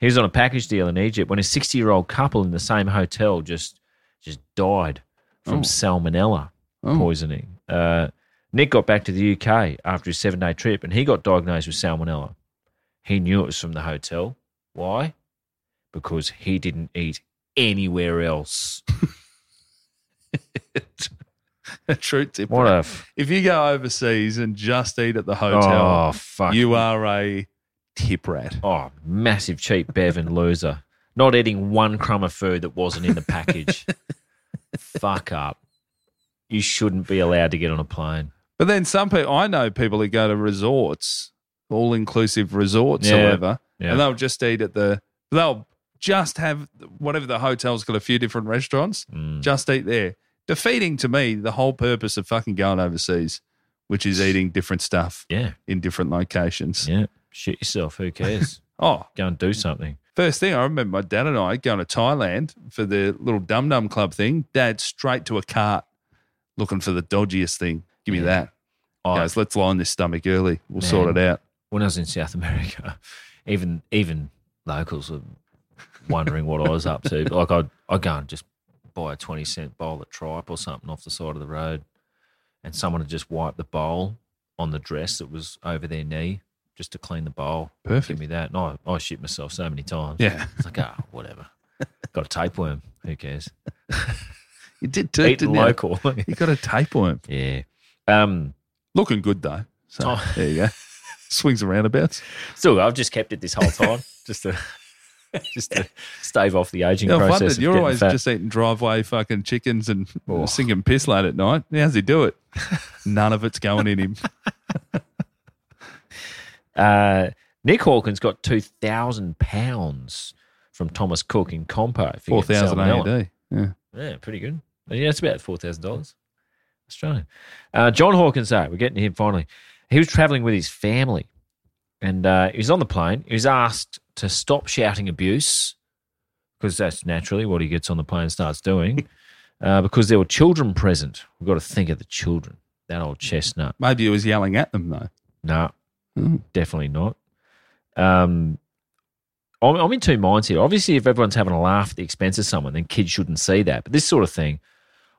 he was on a package deal in Egypt when a 60 year old couple in the same hotel just just died from
Oh.
salmonella
Oh.
poisoning. Uh, Nick got back to the UK after his seven day trip and he got diagnosed with salmonella. He knew it was from the hotel. Why? Because he didn't eat anywhere else.
a true tip.
What a f-
if you go overseas and just eat at the
oh
hotel,
fuck!
you uh, are a tip rat.
Oh, massive cheap bev and loser. Not eating one crumb of food that wasn't in the package. Fuck up. You shouldn't be allowed to get on a plane.
But then some people, I know people who go to resorts, all inclusive resorts,
Yeah.
however, Yeah. And they'll just eat at the, they'll just have whatever the hotel's got a few different restaurants,
Mm.
just eat there. Defeating to me the whole purpose of fucking going overseas, which is eating different stuff
yeah.
in different locations.
Yeah. Shit yourself. Who cares?
oh.
Go and do something.
First thing I remember my dad and I going to Thailand for the little Dum Dum Club thing. Dad straight to a cart looking for the dodgiest thing. Give me that. Guys, let's line this stomach early. We'll sort it
Man,
out.
When I was in South America, even even locals were wondering what I was up to. Like I'd I'd go and just buy a twenty cent bowl of tripe or something off the side of the road, and someone had just wiped the bowl on the dress that was over their knee just to clean the bowl.
Perfect.
Give me that, and I I shit myself so many times.
Yeah.
it's like ah whatever. Got a tapeworm. Who cares?
You did too,
Eating
didn't you?
local.
You got a tapeworm.
Yeah. Um,
Looking good though. So
Oh.
there you go. Swings and roundabouts.
Still, I've just kept it this whole time, just to just to stave off the aging
Yeah, I
process.
wondered,
of
you're
getting
always
fat. Oh.
just eating driveway fucking chickens and sinking piss late at night. How's he do it? None of it's going in him.
Uh, Nick Hawkins got two thousand pounds from Thomas Cook in compo. for
Four
getting
thousand eh?
salmonella.
AUD. Yeah.
Yeah, pretty good. Yeah, it's about four thousand dollars Australian. Uh, John Hawkins, though, we're getting to him finally. He was traveling with his family, and uh, he was on the plane. He was asked to stop shouting abuse because that's naturally what he gets on the plane starts doing. uh, because there were children present, we've got to think of the children. That old chestnut.
Maybe he was yelling at them though.
No, definitely not. Um, I'm, I'm in two minds here. Obviously, if everyone's having a laugh at the expense of someone, then kids shouldn't see that. But this sort of thing,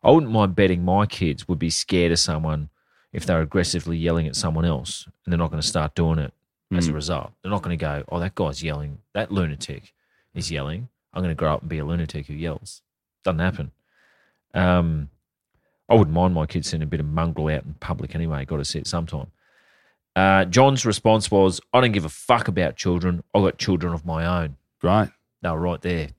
I wouldn't mind betting my kids would be scared of someone if they're aggressively yelling at someone else and they're not going to start doing it as a
Mm.
result. They're not going to go, oh, that guy's yelling, that lunatic is yelling. I'm going to grow up and be a lunatic who yells. Doesn't happen. Um, I wouldn't mind my kids seeing a bit of mongrel out in public anyway. Got to see it sometime. Uh, John's response was, I don't give a fuck about children. I got children of my own.
Great.
They were right there.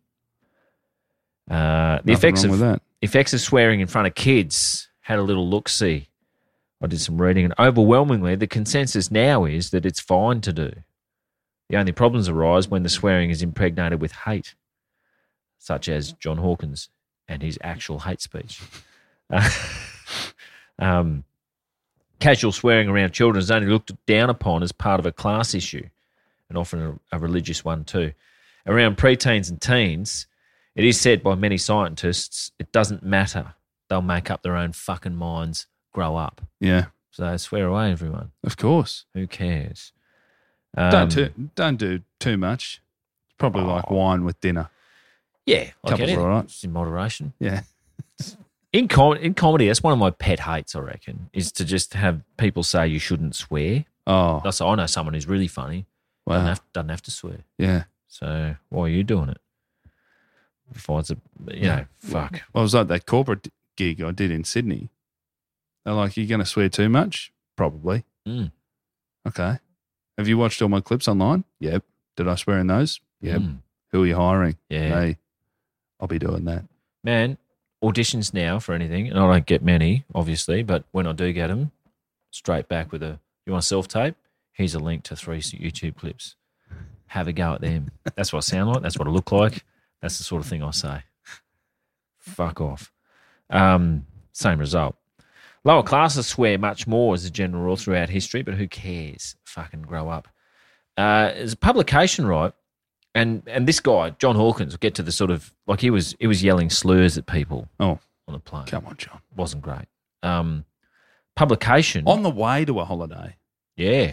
Uh, the
Nothing wrong
effects of
with that.
effects of swearing in front of kids had a little look see. I did some reading, and overwhelmingly, the consensus now is that it's fine to do. The only problems arise when the swearing is impregnated with hate, such as John Hawkins and his actual hate speech. Uh, um, casual swearing around children is only looked down upon as part of a class issue, and often a, a religious one too. Around preteens and teens, it is said by many scientists it doesn't matter. They'll make up their own fucking minds, grow up.
Yeah.
So swear away, everyone.
Of course.
Who cares? Um,
don't too, don't do too much. It's probably like wine with dinner.
Yeah, I
Couples
get it.
are all right.
It's in moderation.
Yeah.
In com- in comedy, that's one of my pet hates. I reckon is to just have people say you shouldn't swear.
Oh,
that's I know someone who's really funny.
Wow.
Doesn't, have, doesn't have to swear.
Yeah.
So why are you doing it? Finds a you know fuck.
Well, it was like that corporate gig I did in Sydney. They're like, "You going to swear too much? Probably."
Mm.
Okay. Have you watched all my clips online? Yep. Did I swear in those? Yep.
Mm.
Who are you hiring?
Yeah.
Me. I'll be doing that.
man, auditions now for anything, and I don't get many, obviously, but when I do get them, straight back with a, you want self tape? Here's a link to three YouTube clips. Have a go at them. That's what I sound like. That's what I look like. That's the sort of thing I say. Fuck off. Um, same result. Lower classes swear much more as a general rule throughout history, but who cares? Fucking grow up. Uh, there's a publication, right? and and this guy John Hawkins will get to the sort of like he was he was yelling slurs at people.
Oh,
on the plane.
Come on, John.
Wasn't great. Um, publication
On the way to a holiday.
Yeah.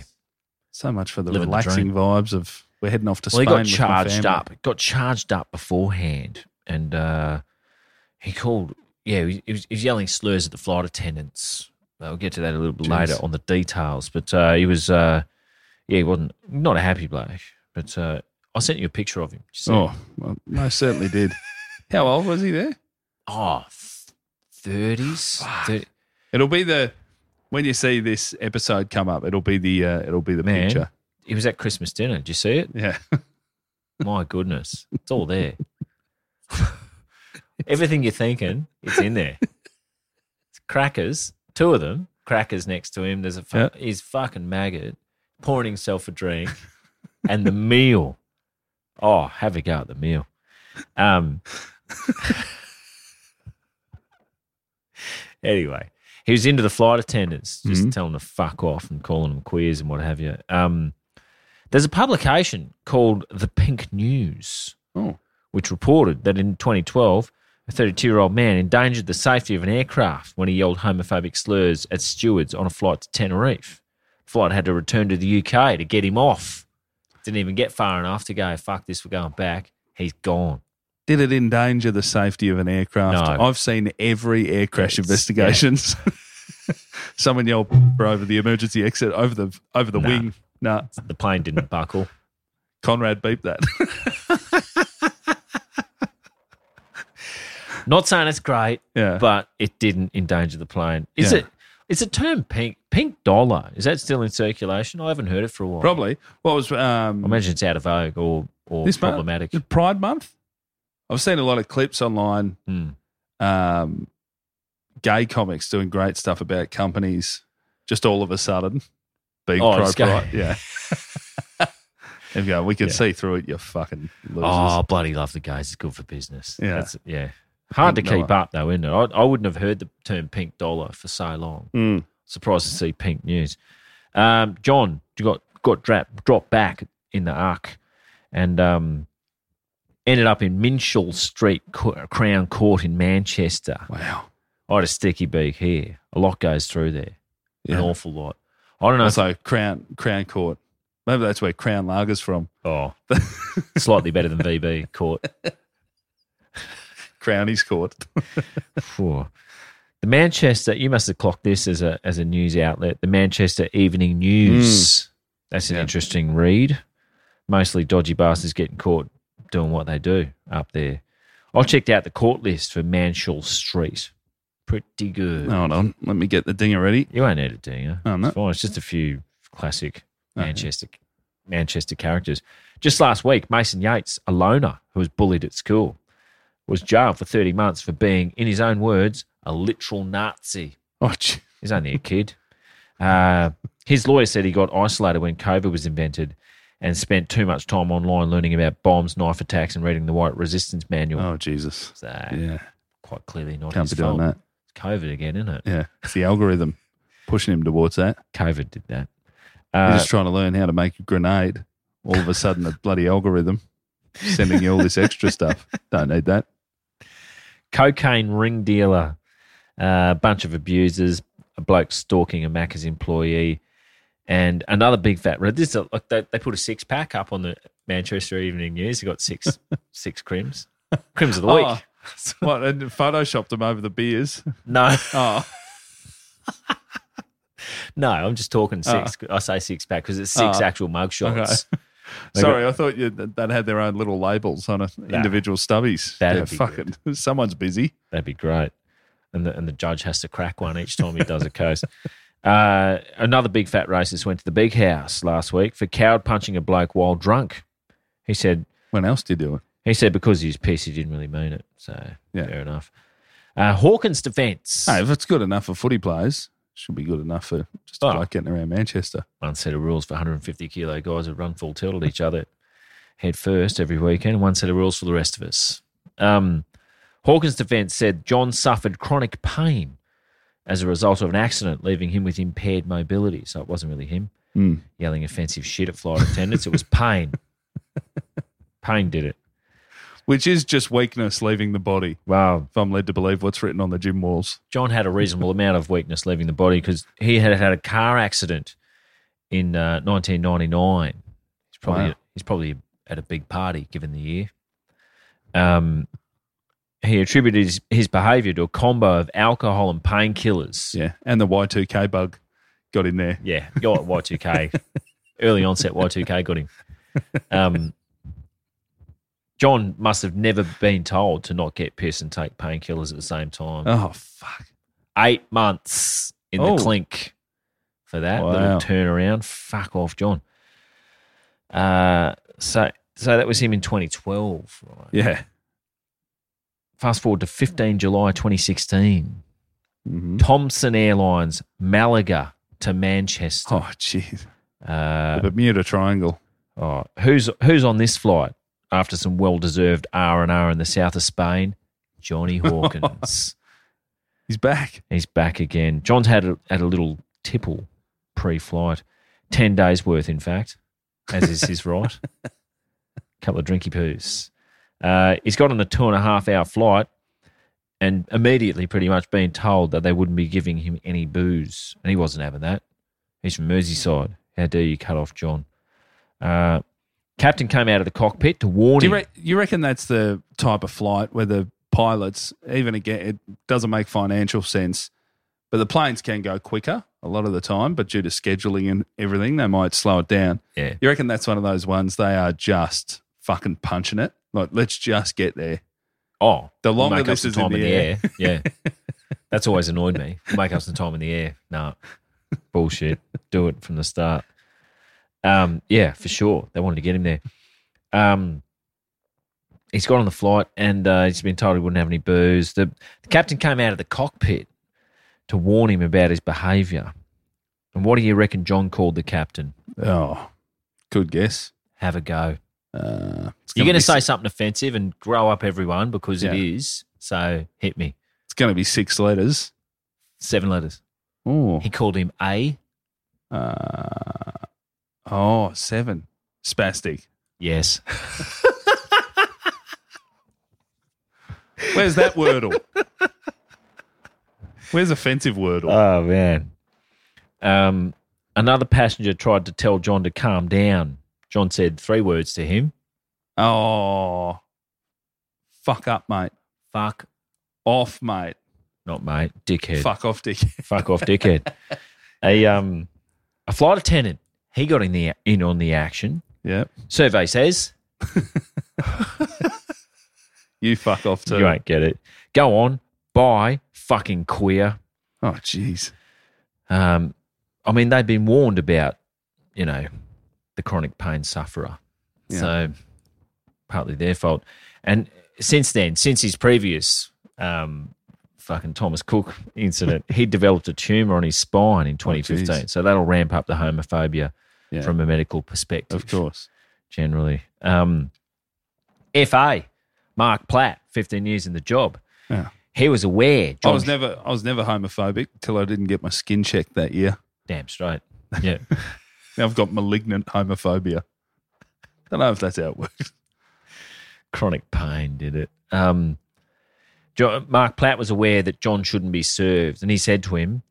So much for the
Living the
relaxing
dream.
vibes of we're heading off to Spain.
well, he got
with my
charged
family."
up. Got charged up beforehand, and uh, he called. Yeah, he, he was, he was yelling slurs at the flight attendants. Uh, Well, we'll get to that a little bit
Jeez.
later on the details, but uh, he was. Uh, yeah, he wasn't not a happy bloke, but uh, I sent you a picture of him. Did you see
Oh,
it?
well, most certainly did. How old was he there?
Oh, 30s.
It'll be the when you see this episode come up, it'll be the uh, it'll be the
Man,
picture.
It was at Christmas dinner. Did you see it?
Yeah.
My goodness. It's all there. Everything you're thinking, it's in there. It's crackers, two of them, crackers next to him. There's a fu- he's fucking maggot pouring himself a drink and the meal Oh, have a go at the meal. Um, anyway, he was into the flight attendants, just
Mhm.
telling them to fuck off and calling them queers and what have you. Um, there's a publication called The Pink News,
Oh.
which reported that in 2012, a 32 year old man endangered the safety of an aircraft when he yelled homophobic slurs at stewards on a flight to Tenerife. Flight had to return to the UK to get him off. Didn't even get far enough to go, fuck this, we're going back. He's gone.
Did it endanger the safety of an aircraft?
No.
I've seen every air crash investigations. Someone yelled "Bro," over the emergency exit over the over the
Nah.
wing. No,
the plane didn't buckle.
Conrad beeped that.
Not saying it's great,
Yeah.
but it didn't endanger the plane. Is
Yeah.
it? It's a term pink pink dollar. Is that still in circulation? I haven't heard it for a while.
Probably. What was? Um,
I imagine it's out of vogue or or
this month-
problematic.
Pride Month. I've seen a lot of clips online.
Hmm.
Um, gay comics doing great stuff about companies. Just all of a sudden, being
Oh,
pro
it's gay.
pride. Yeah. and go, we can
Yeah.
see through it. You fucking losers.
Oh, bloody love the guys. It's good for business.
Yeah.
That's- yeah. Hard to
Pink dollar.
keep up though, isn't it? I, I wouldn't have heard the term pink dollar for so long.
Mm.
Surprised to see pink news. Um, John you got got dra- dropped back in the arc and um, ended up in Minshall Street Co- Crown Court in Manchester.
Wow.
I had a sticky beak here. A lot goes through there. An
Yeah.
awful lot. I don't know.
Also, Crown Crown Court. Maybe that's where Crown Lager's from.
Oh, slightly better than VB Court.
Crownies Court.
Phew. The Manchester, you must have clocked this as a as a news outlet. The Manchester Evening News. That's an interesting read. Mostly dodgy bastards getting caught doing what they do up there. I checked out the court list for Manshall Street. Pretty good.
Hold on. Let me get the dinger ready.
You won't need a dinger.
Oh, no.
It's fine. It's just a few classic
Oh, yeah.
Manchester Manchester characters. Just last week, Mason Yates, a loner who was bullied at school, was jailed for 30 months for being, in his own words, a literal Nazi.
Oh, gee.
He's only a kid. Uh, his lawyer said he got isolated when COVID was invented and spent too much time online learning about bombs, knife attacks, and reading the White Resistance Manual.
Oh, Jesus.
So,
Yeah.
quite clearly not
Can't
his
be doing
fault.
that.
It's COVID again, isn't it?
Yeah. It's the algorithm pushing him towards that.
COVID did that.
You're
Uh,
just trying to learn how to make a grenade. All of a sudden, the bloody algorithm sending you all this extra stuff. Don't need that.
cocaine ring dealer, a bunch of abusers, a bloke stalking a Macca's employee, and another big fat red. This is a, like they, they put a six pack up on the Manchester Evening News. You got six six crims, crims of the week.
Oh, what? And photoshopped him over the beers.
No,
Oh,
no, I'm just talking six. I say six pack because it's six
Oh.
actual mug shots.
Okay.
They
sorry. I thought you, that that had their own little labels on a, individual stubbies.
That'd
yeah,
be
fucking. Someone's busy.
That'd be great. And the, and the judge has to crack one each time he does a case. Uh, another big fat racist went to the big house last week for cowed punching a bloke while drunk. He said,
When else do you do it?
He said because he was pissed, he didn't really mean it. So
Yeah.
fair enough. Uh, Hawkins' defence.
Hey, if it's good enough for footy players, should be good enough for just
Oh.
like getting around Manchester.
One set of rules for 150 kilo guys that run full tilt at each other head first every weekend. One set of rules for the rest of us. Um, Hawkins' defence said John suffered chronic pain as a result of an accident, leaving him with impaired mobility. So it wasn't really him
Mm.
yelling offensive shit at flight attendants. It was pain. pain did it.
Which is just weakness leaving the body.
Wow.
If I'm led to believe what's written on the gym walls.
John had a reasonable amount of weakness leaving the body because he had had a car accident in uh, 1999. He's probably
Wow.
he's probably at a big party given the year. Um, he attributed his, his behaviour to a combo of alcohol and painkillers.
Yeah. And the Y2K bug got in there.
Yeah, got Y2K. Early onset Y2K got him. Um, John must have never been told to not get pissed and take painkillers at the same time.
Oh, fuck.
Eight months in
Oh.
the clink for that little
Wow.
turnaround. Fuck off, John. Uh, so, so that was him in 2012. Right?
Yeah.
Fast forward to 15 July 2016.
Mm-hmm.
Thompson Airlines, Malaga to Manchester.
Oh, jeez.
Uh,
the Bermuda Triangle.
Oh, who's who's on this flight? after some well-deserved R and R in the south of Spain, Johnny Hawkins.
He's back.
He's back again. John's had a, had a little tipple pre-flight, ten days worth, in fact, as is his right. A couple of drinky poos. Uh, he's got on a two and a half hour flight, and immediately, pretty much, being told that they wouldn't be giving him any booze, and he wasn't having that. He's from Merseyside. How dare you cut off John? Uh, captain came out of the cockpit to warn
Do you,
him.
re- you reckon that's the type of flight where the pilots, even again, it doesn't make financial sense, but the planes can go quicker a lot of the time, but due to scheduling and everything, they might slow it down.
Yeah.
You reckon that's one of those ones they are just fucking punching it? Like, let's just get there.
Oh,
the
We'll
longer
make up
this
some
is in the, air.
Yeah. That's always annoyed me. We'll Make up some time in the air. No. Bullshit. Do it from the start. Um, yeah, for sure. They wanted to get him there. Um, he's got on the flight and uh, he's been told he wouldn't have any booze. The, the captain came out of the cockpit to warn him about his behaviour. And what do you reckon John called the captain?
Oh, good guess.
Have a go.
Uh, it's
You're
gonna
going to
be-
say something offensive and grow up everyone because it
Yeah.
is. So hit me.
It's going to be six letters.
Seven letters.
Oh,
He called him A.
uh, oh, seven. Spastic.
Yes.
Where's that wordle? Where's offensive wordle?
Oh man. Um, another passenger tried to tell John to calm down. John said three words to him:
oh, fuck up, mate.
"Fuck
Off, mate.
not, mate, dickhead.
Fuck off, dick.
Fuck off, dickhead." a um, a flight attendant. He got in the in on the action.
yeah,
Survey says
you fuck off too.
you won't get it. Go on, buy fucking queer.
Oh, jeez.
Um, I mean, they've been warned about, you know, the chronic pain sufferer.
Yeah.
So partly their fault. And since then, since his previous um, fucking Thomas Cook incident, he developed a tumor on his spine in 2015. so that'll ramp up the homophobia
Oh, Yeah.
from a medical perspective,
Of course.
generally. Um, FA, Mark Platt, 15 years in the job.
Yeah.
He was aware.
I was
John-
never, I was never homophobic till I didn't get my skin checked that year.
Damn straight. Yeah.
Now I've got malignant homophobia. Don't know if that's how it works.
chronic pain did it. Um, Jo Mark Platt was aware that John shouldn't be served, and he said to him,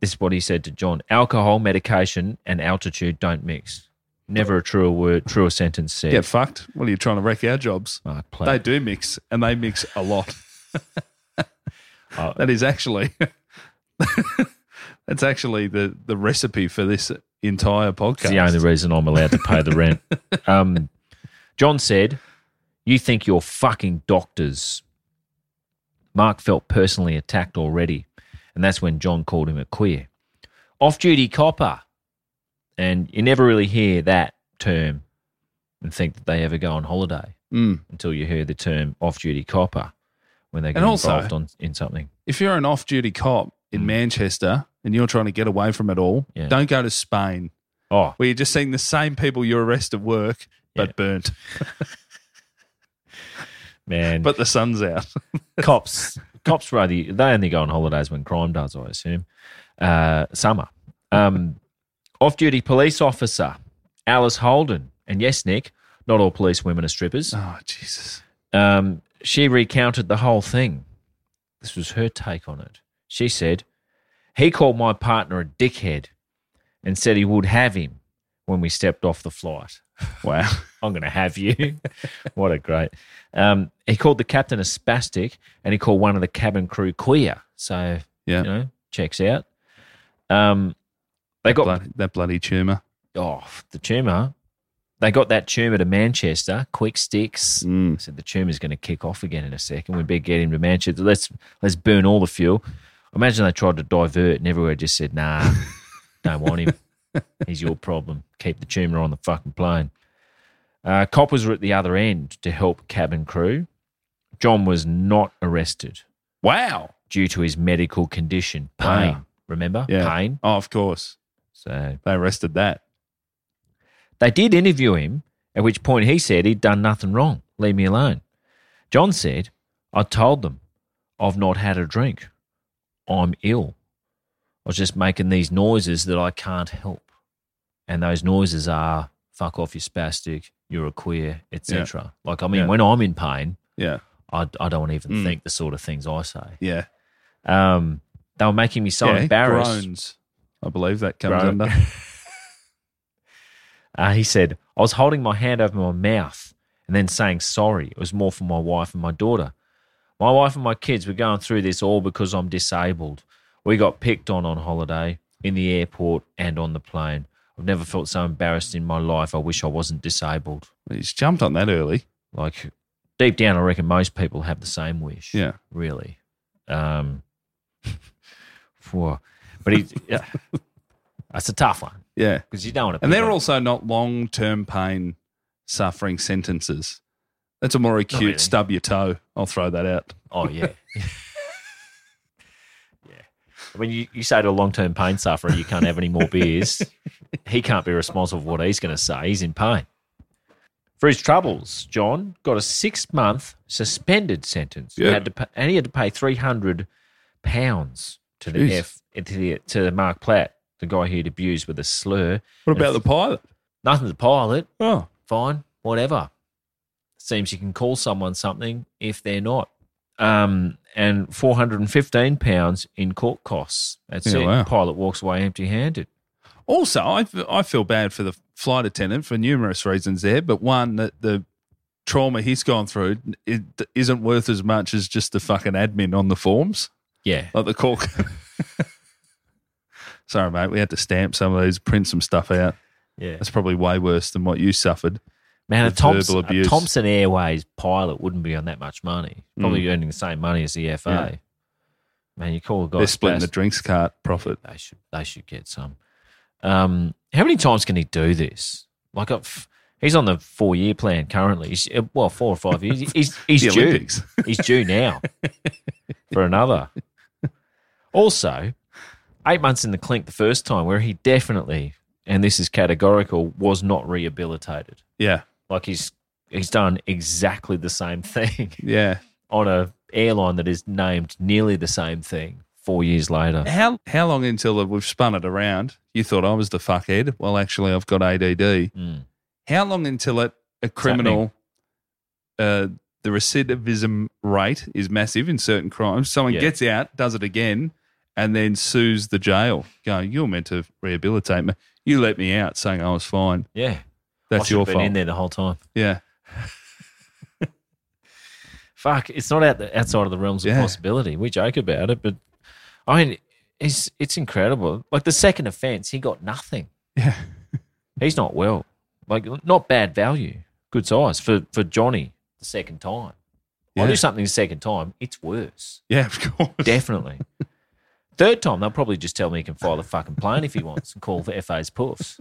"This is what he said to John: alcohol, medication, and altitude don't mix. Never a truer word, truer sentence said."
Get fucked. What are you trying to wreck our jobs?
Mark Platt.
They do mix, and they mix a lot.
Oh.
that is actually that's actually the the recipe for this entire podcast.
It's the only reason I'm allowed to pay the rent. Um, John said, You think you're fucking doctors. Mark felt personally attacked already. And that's when John called him a queer. Off duty copper. And you never really hear that term and think that they ever go on holiday
Mm.
until you hear the term off duty copper when they get
And also-
involved on, in something.
If you're an off-duty cop in Manchester and you're trying to get away from it all,
Mm. Yeah.
don't go to Spain
Oh,
where you're just seeing the same people you arrest at work but
Yeah.
burnt,
man.
but the sun's out.
cops cops rather they only go on holidays when crime does i assume uh, summer um, off-duty police officer alice holden and yes nick not all police women are strippers
oh Jesus!
um, she recounted the whole thing this was her take on it she said he called my partner a dickhead and said he would have him when we stepped off the flight
Wow.
I'm going to have you. what a great. Um, he called the captain a spastic and he called one of the cabin crew queer. So,
Yeah.
you know, checks out. Um, they got,
Bloody, that bloody tumor.
oh, the tumour. They got that tumour to Manchester, quick sticks.
Mm.
I said, the tumour's going to kick off again in a second. We better get him to Manchester. Let's, let's burn all the fuel. Imagine they tried to divert and everywhere just said, nah, don't want him. He's your problem. Keep the tumour on the fucking plane. Uh, coppers were at the other end to help cabin crew. John was not arrested
Wow.
due to his medical condition, pain.
Wow.
Remember,
Yeah.
pain.
Oh, of course.
So
They arrested that.
they did interview him, At which point he said he'd done nothing wrong. Leave me alone. John said, I told them I've not had a drink. I'm ill. I was just making these noises that I can't help. And those noises are fuck off, you're spastic, you're a queer, etc. Like, I mean,
Yeah.
when I'm in pain,
Yeah.
I, I don't even
Mm.
think the sort of things I say.
Yeah.
Um, they were making me so
Yeah,
embarrassed.
Groans. I believe that comes
Groan.
under.
Uh, he said, I was holding my hand over my mouth and then saying sorry. It was more for my wife and my daughter. My wife and my kids were going through this all because I'm disabled. We got picked on on holiday, in the airport, and on the plane. I've never felt so embarrassed in my life. I wish I wasn't disabled.
He's jumped on that early.
Like, deep down, I reckon most people have the same wish.
Yeah.
Really. Um, for, but he, yeah, that's a tough one
Yeah.
because you don't want to.
And they're also not long term pain suffering sentences. That's a more acute
really.
stub your toe. I'll throw that out.
Oh yeah. yeah. I mean, you, you say to a long term pain sufferer, you can't have any more beers. he can't be responsible for what he's going to say. He's in pain. For his troubles, John got a six month suspended sentence. He
Yeah.
had to pay, and he had to pay three hundred pounds to the
Jeez.
F to the to Mark Platt, the guy he'd abused with a slur.
What about the
And-
pilot?
Nothing to the pilot.
Oh.
Fine, whatever. Seems you can call someone something if they're not. Um, and four hundred and fifteen pounds in court costs. That's
Yeah,
it.
wow.
Pilot walks away empty handed.
Also, I, f- I feel bad for the flight attendant for numerous reasons there, but one that the trauma he's gone through it isn't worth as much as just the fucking admin on the forms,
Yeah.
like the cork. Sorry, mate, we had to stamp some of these, print some stuff out.
Yeah.
That's probably way worse than what you suffered.
Man, a
with verbal
Thompson, a
abuse.
Thompson Airways pilot wouldn't be on that much money. Probably
Mm.
earning the same money as the FA.
Yeah.
Man, you call a guy.
They're splitting the
spastic.
drinks cart profit.
They should. They should get some. Um, how many times can he do this? Like, I've, he's on the four-year plan currently. He's, uh, well, four or five years. He's he's
The
due.
Olympics.
He's due now for another. Also, eight months in the clink the first time, where he definitely, and this is categorical, was not rehabilitated.
Yeah,
Like he's he's done exactly the same thing
yeah.
on a airline that is named nearly the same thing four years later.
How how long until we've spun it around? You thought I was the fuckhead. Well, actually, I've got ADD.
Mm.
How long until it, a criminal, uh, the recidivism rate is massive in certain crimes? Someone
Yeah.
gets out, does it again, and then sues the jail, going, "You're meant to rehabilitate me. You let me out, saying I was fine.
Yeah, I
That's
should
your
have been
fault."
in there the whole time.
Yeah,
fuck, it's not out the, outside of the realms of
Yeah.
possibility. We joke about it, but I mean, it's it's incredible. Like the second offence, he got nothing.
Yeah.
he's not well. Like not bad value, good size for for Johnny the second time. I
Yeah.
do something the second time, it's worse.
yeah, of course.
Definitely. Third time, they'll probably just tell me he can fly the fucking plane if he wants and call for FA's puffs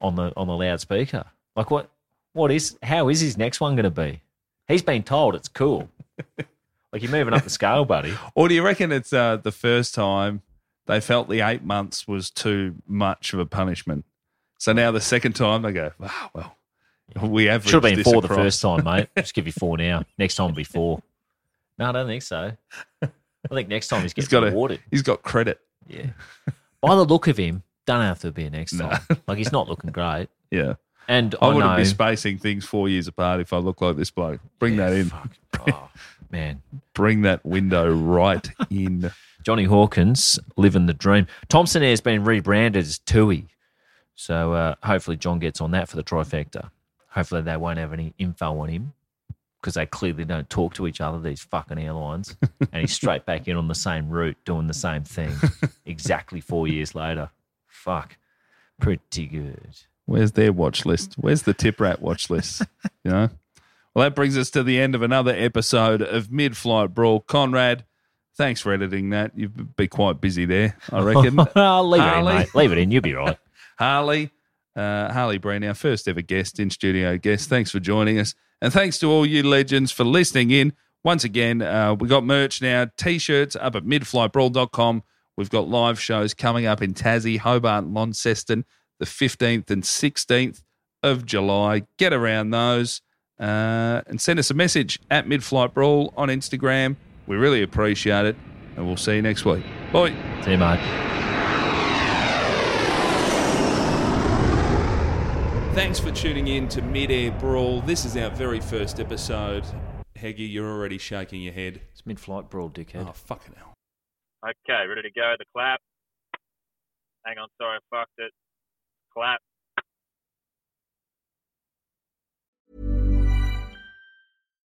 on the on the loudspeaker. Like what? What is? How is his next one going to be? He's been told it's cool. Like you're moving up the scale, buddy.
Or do you reckon it's uh, the first time they felt the eight months was too much of a punishment? So now the second time they go, wow, well, we averaged
Should have been
this
four the
across."
first time, mate. Just give you four now. Next time will be four. No, I don't think so. I think next time he's
He's
getting
got a,
rewarded.
he's got credit.
Yeah. By the look of him, don't have to be a next time. Like he's not looking great.
Yeah.
And
I
I
wouldn't
know,
be spacing things four years apart if I look like this bloke. Bring that in.
oh, man.
Bring that window right in.
Johnny Hawkins living the dream. Thompson Air's been rebranded as TUI. So uh, hopefully John gets on that for the trifecta. Hopefully they won't have any info on him because they clearly don't talk to each other, these fucking airlines. and he's straight back in on the same route doing the same thing exactly four years later. Fuck. Pretty good.
Where's their watch list? Where's the tip rat watch list? You know? Well, that brings us to the end of another episode of Mid Flight Brawl. Conrad, thanks for editing that. You've been quite busy there, I reckon.
I'll leave
Harley.
it in, mate. Ah, Leave it in. You'll be right.
Harley, uh, Harley Breen, our first ever guest in studio guest. Thanks for joining us. And thanks to all you legends for listening in. Once again, uh, we got merch now, t shirts up at midflybrawl.com. We've got live shows coming up in Tassie, Hobart, and Launceston, the 15th and 16th of July. Get around those uh, and send us a message at Midflight Brawl on Instagram. We really appreciate it. And we'll see you next week. Bye.
See you, mate.
Thanks for tuning in to Mid Air Brawl. This is our very first episode. Heggy, you're already shaking your head.
It's mid flight brawl, dickhead.
Oh, fucking hell.
Okay, ready to go. The clap. Hang on, sorry, I fucked it. Clap.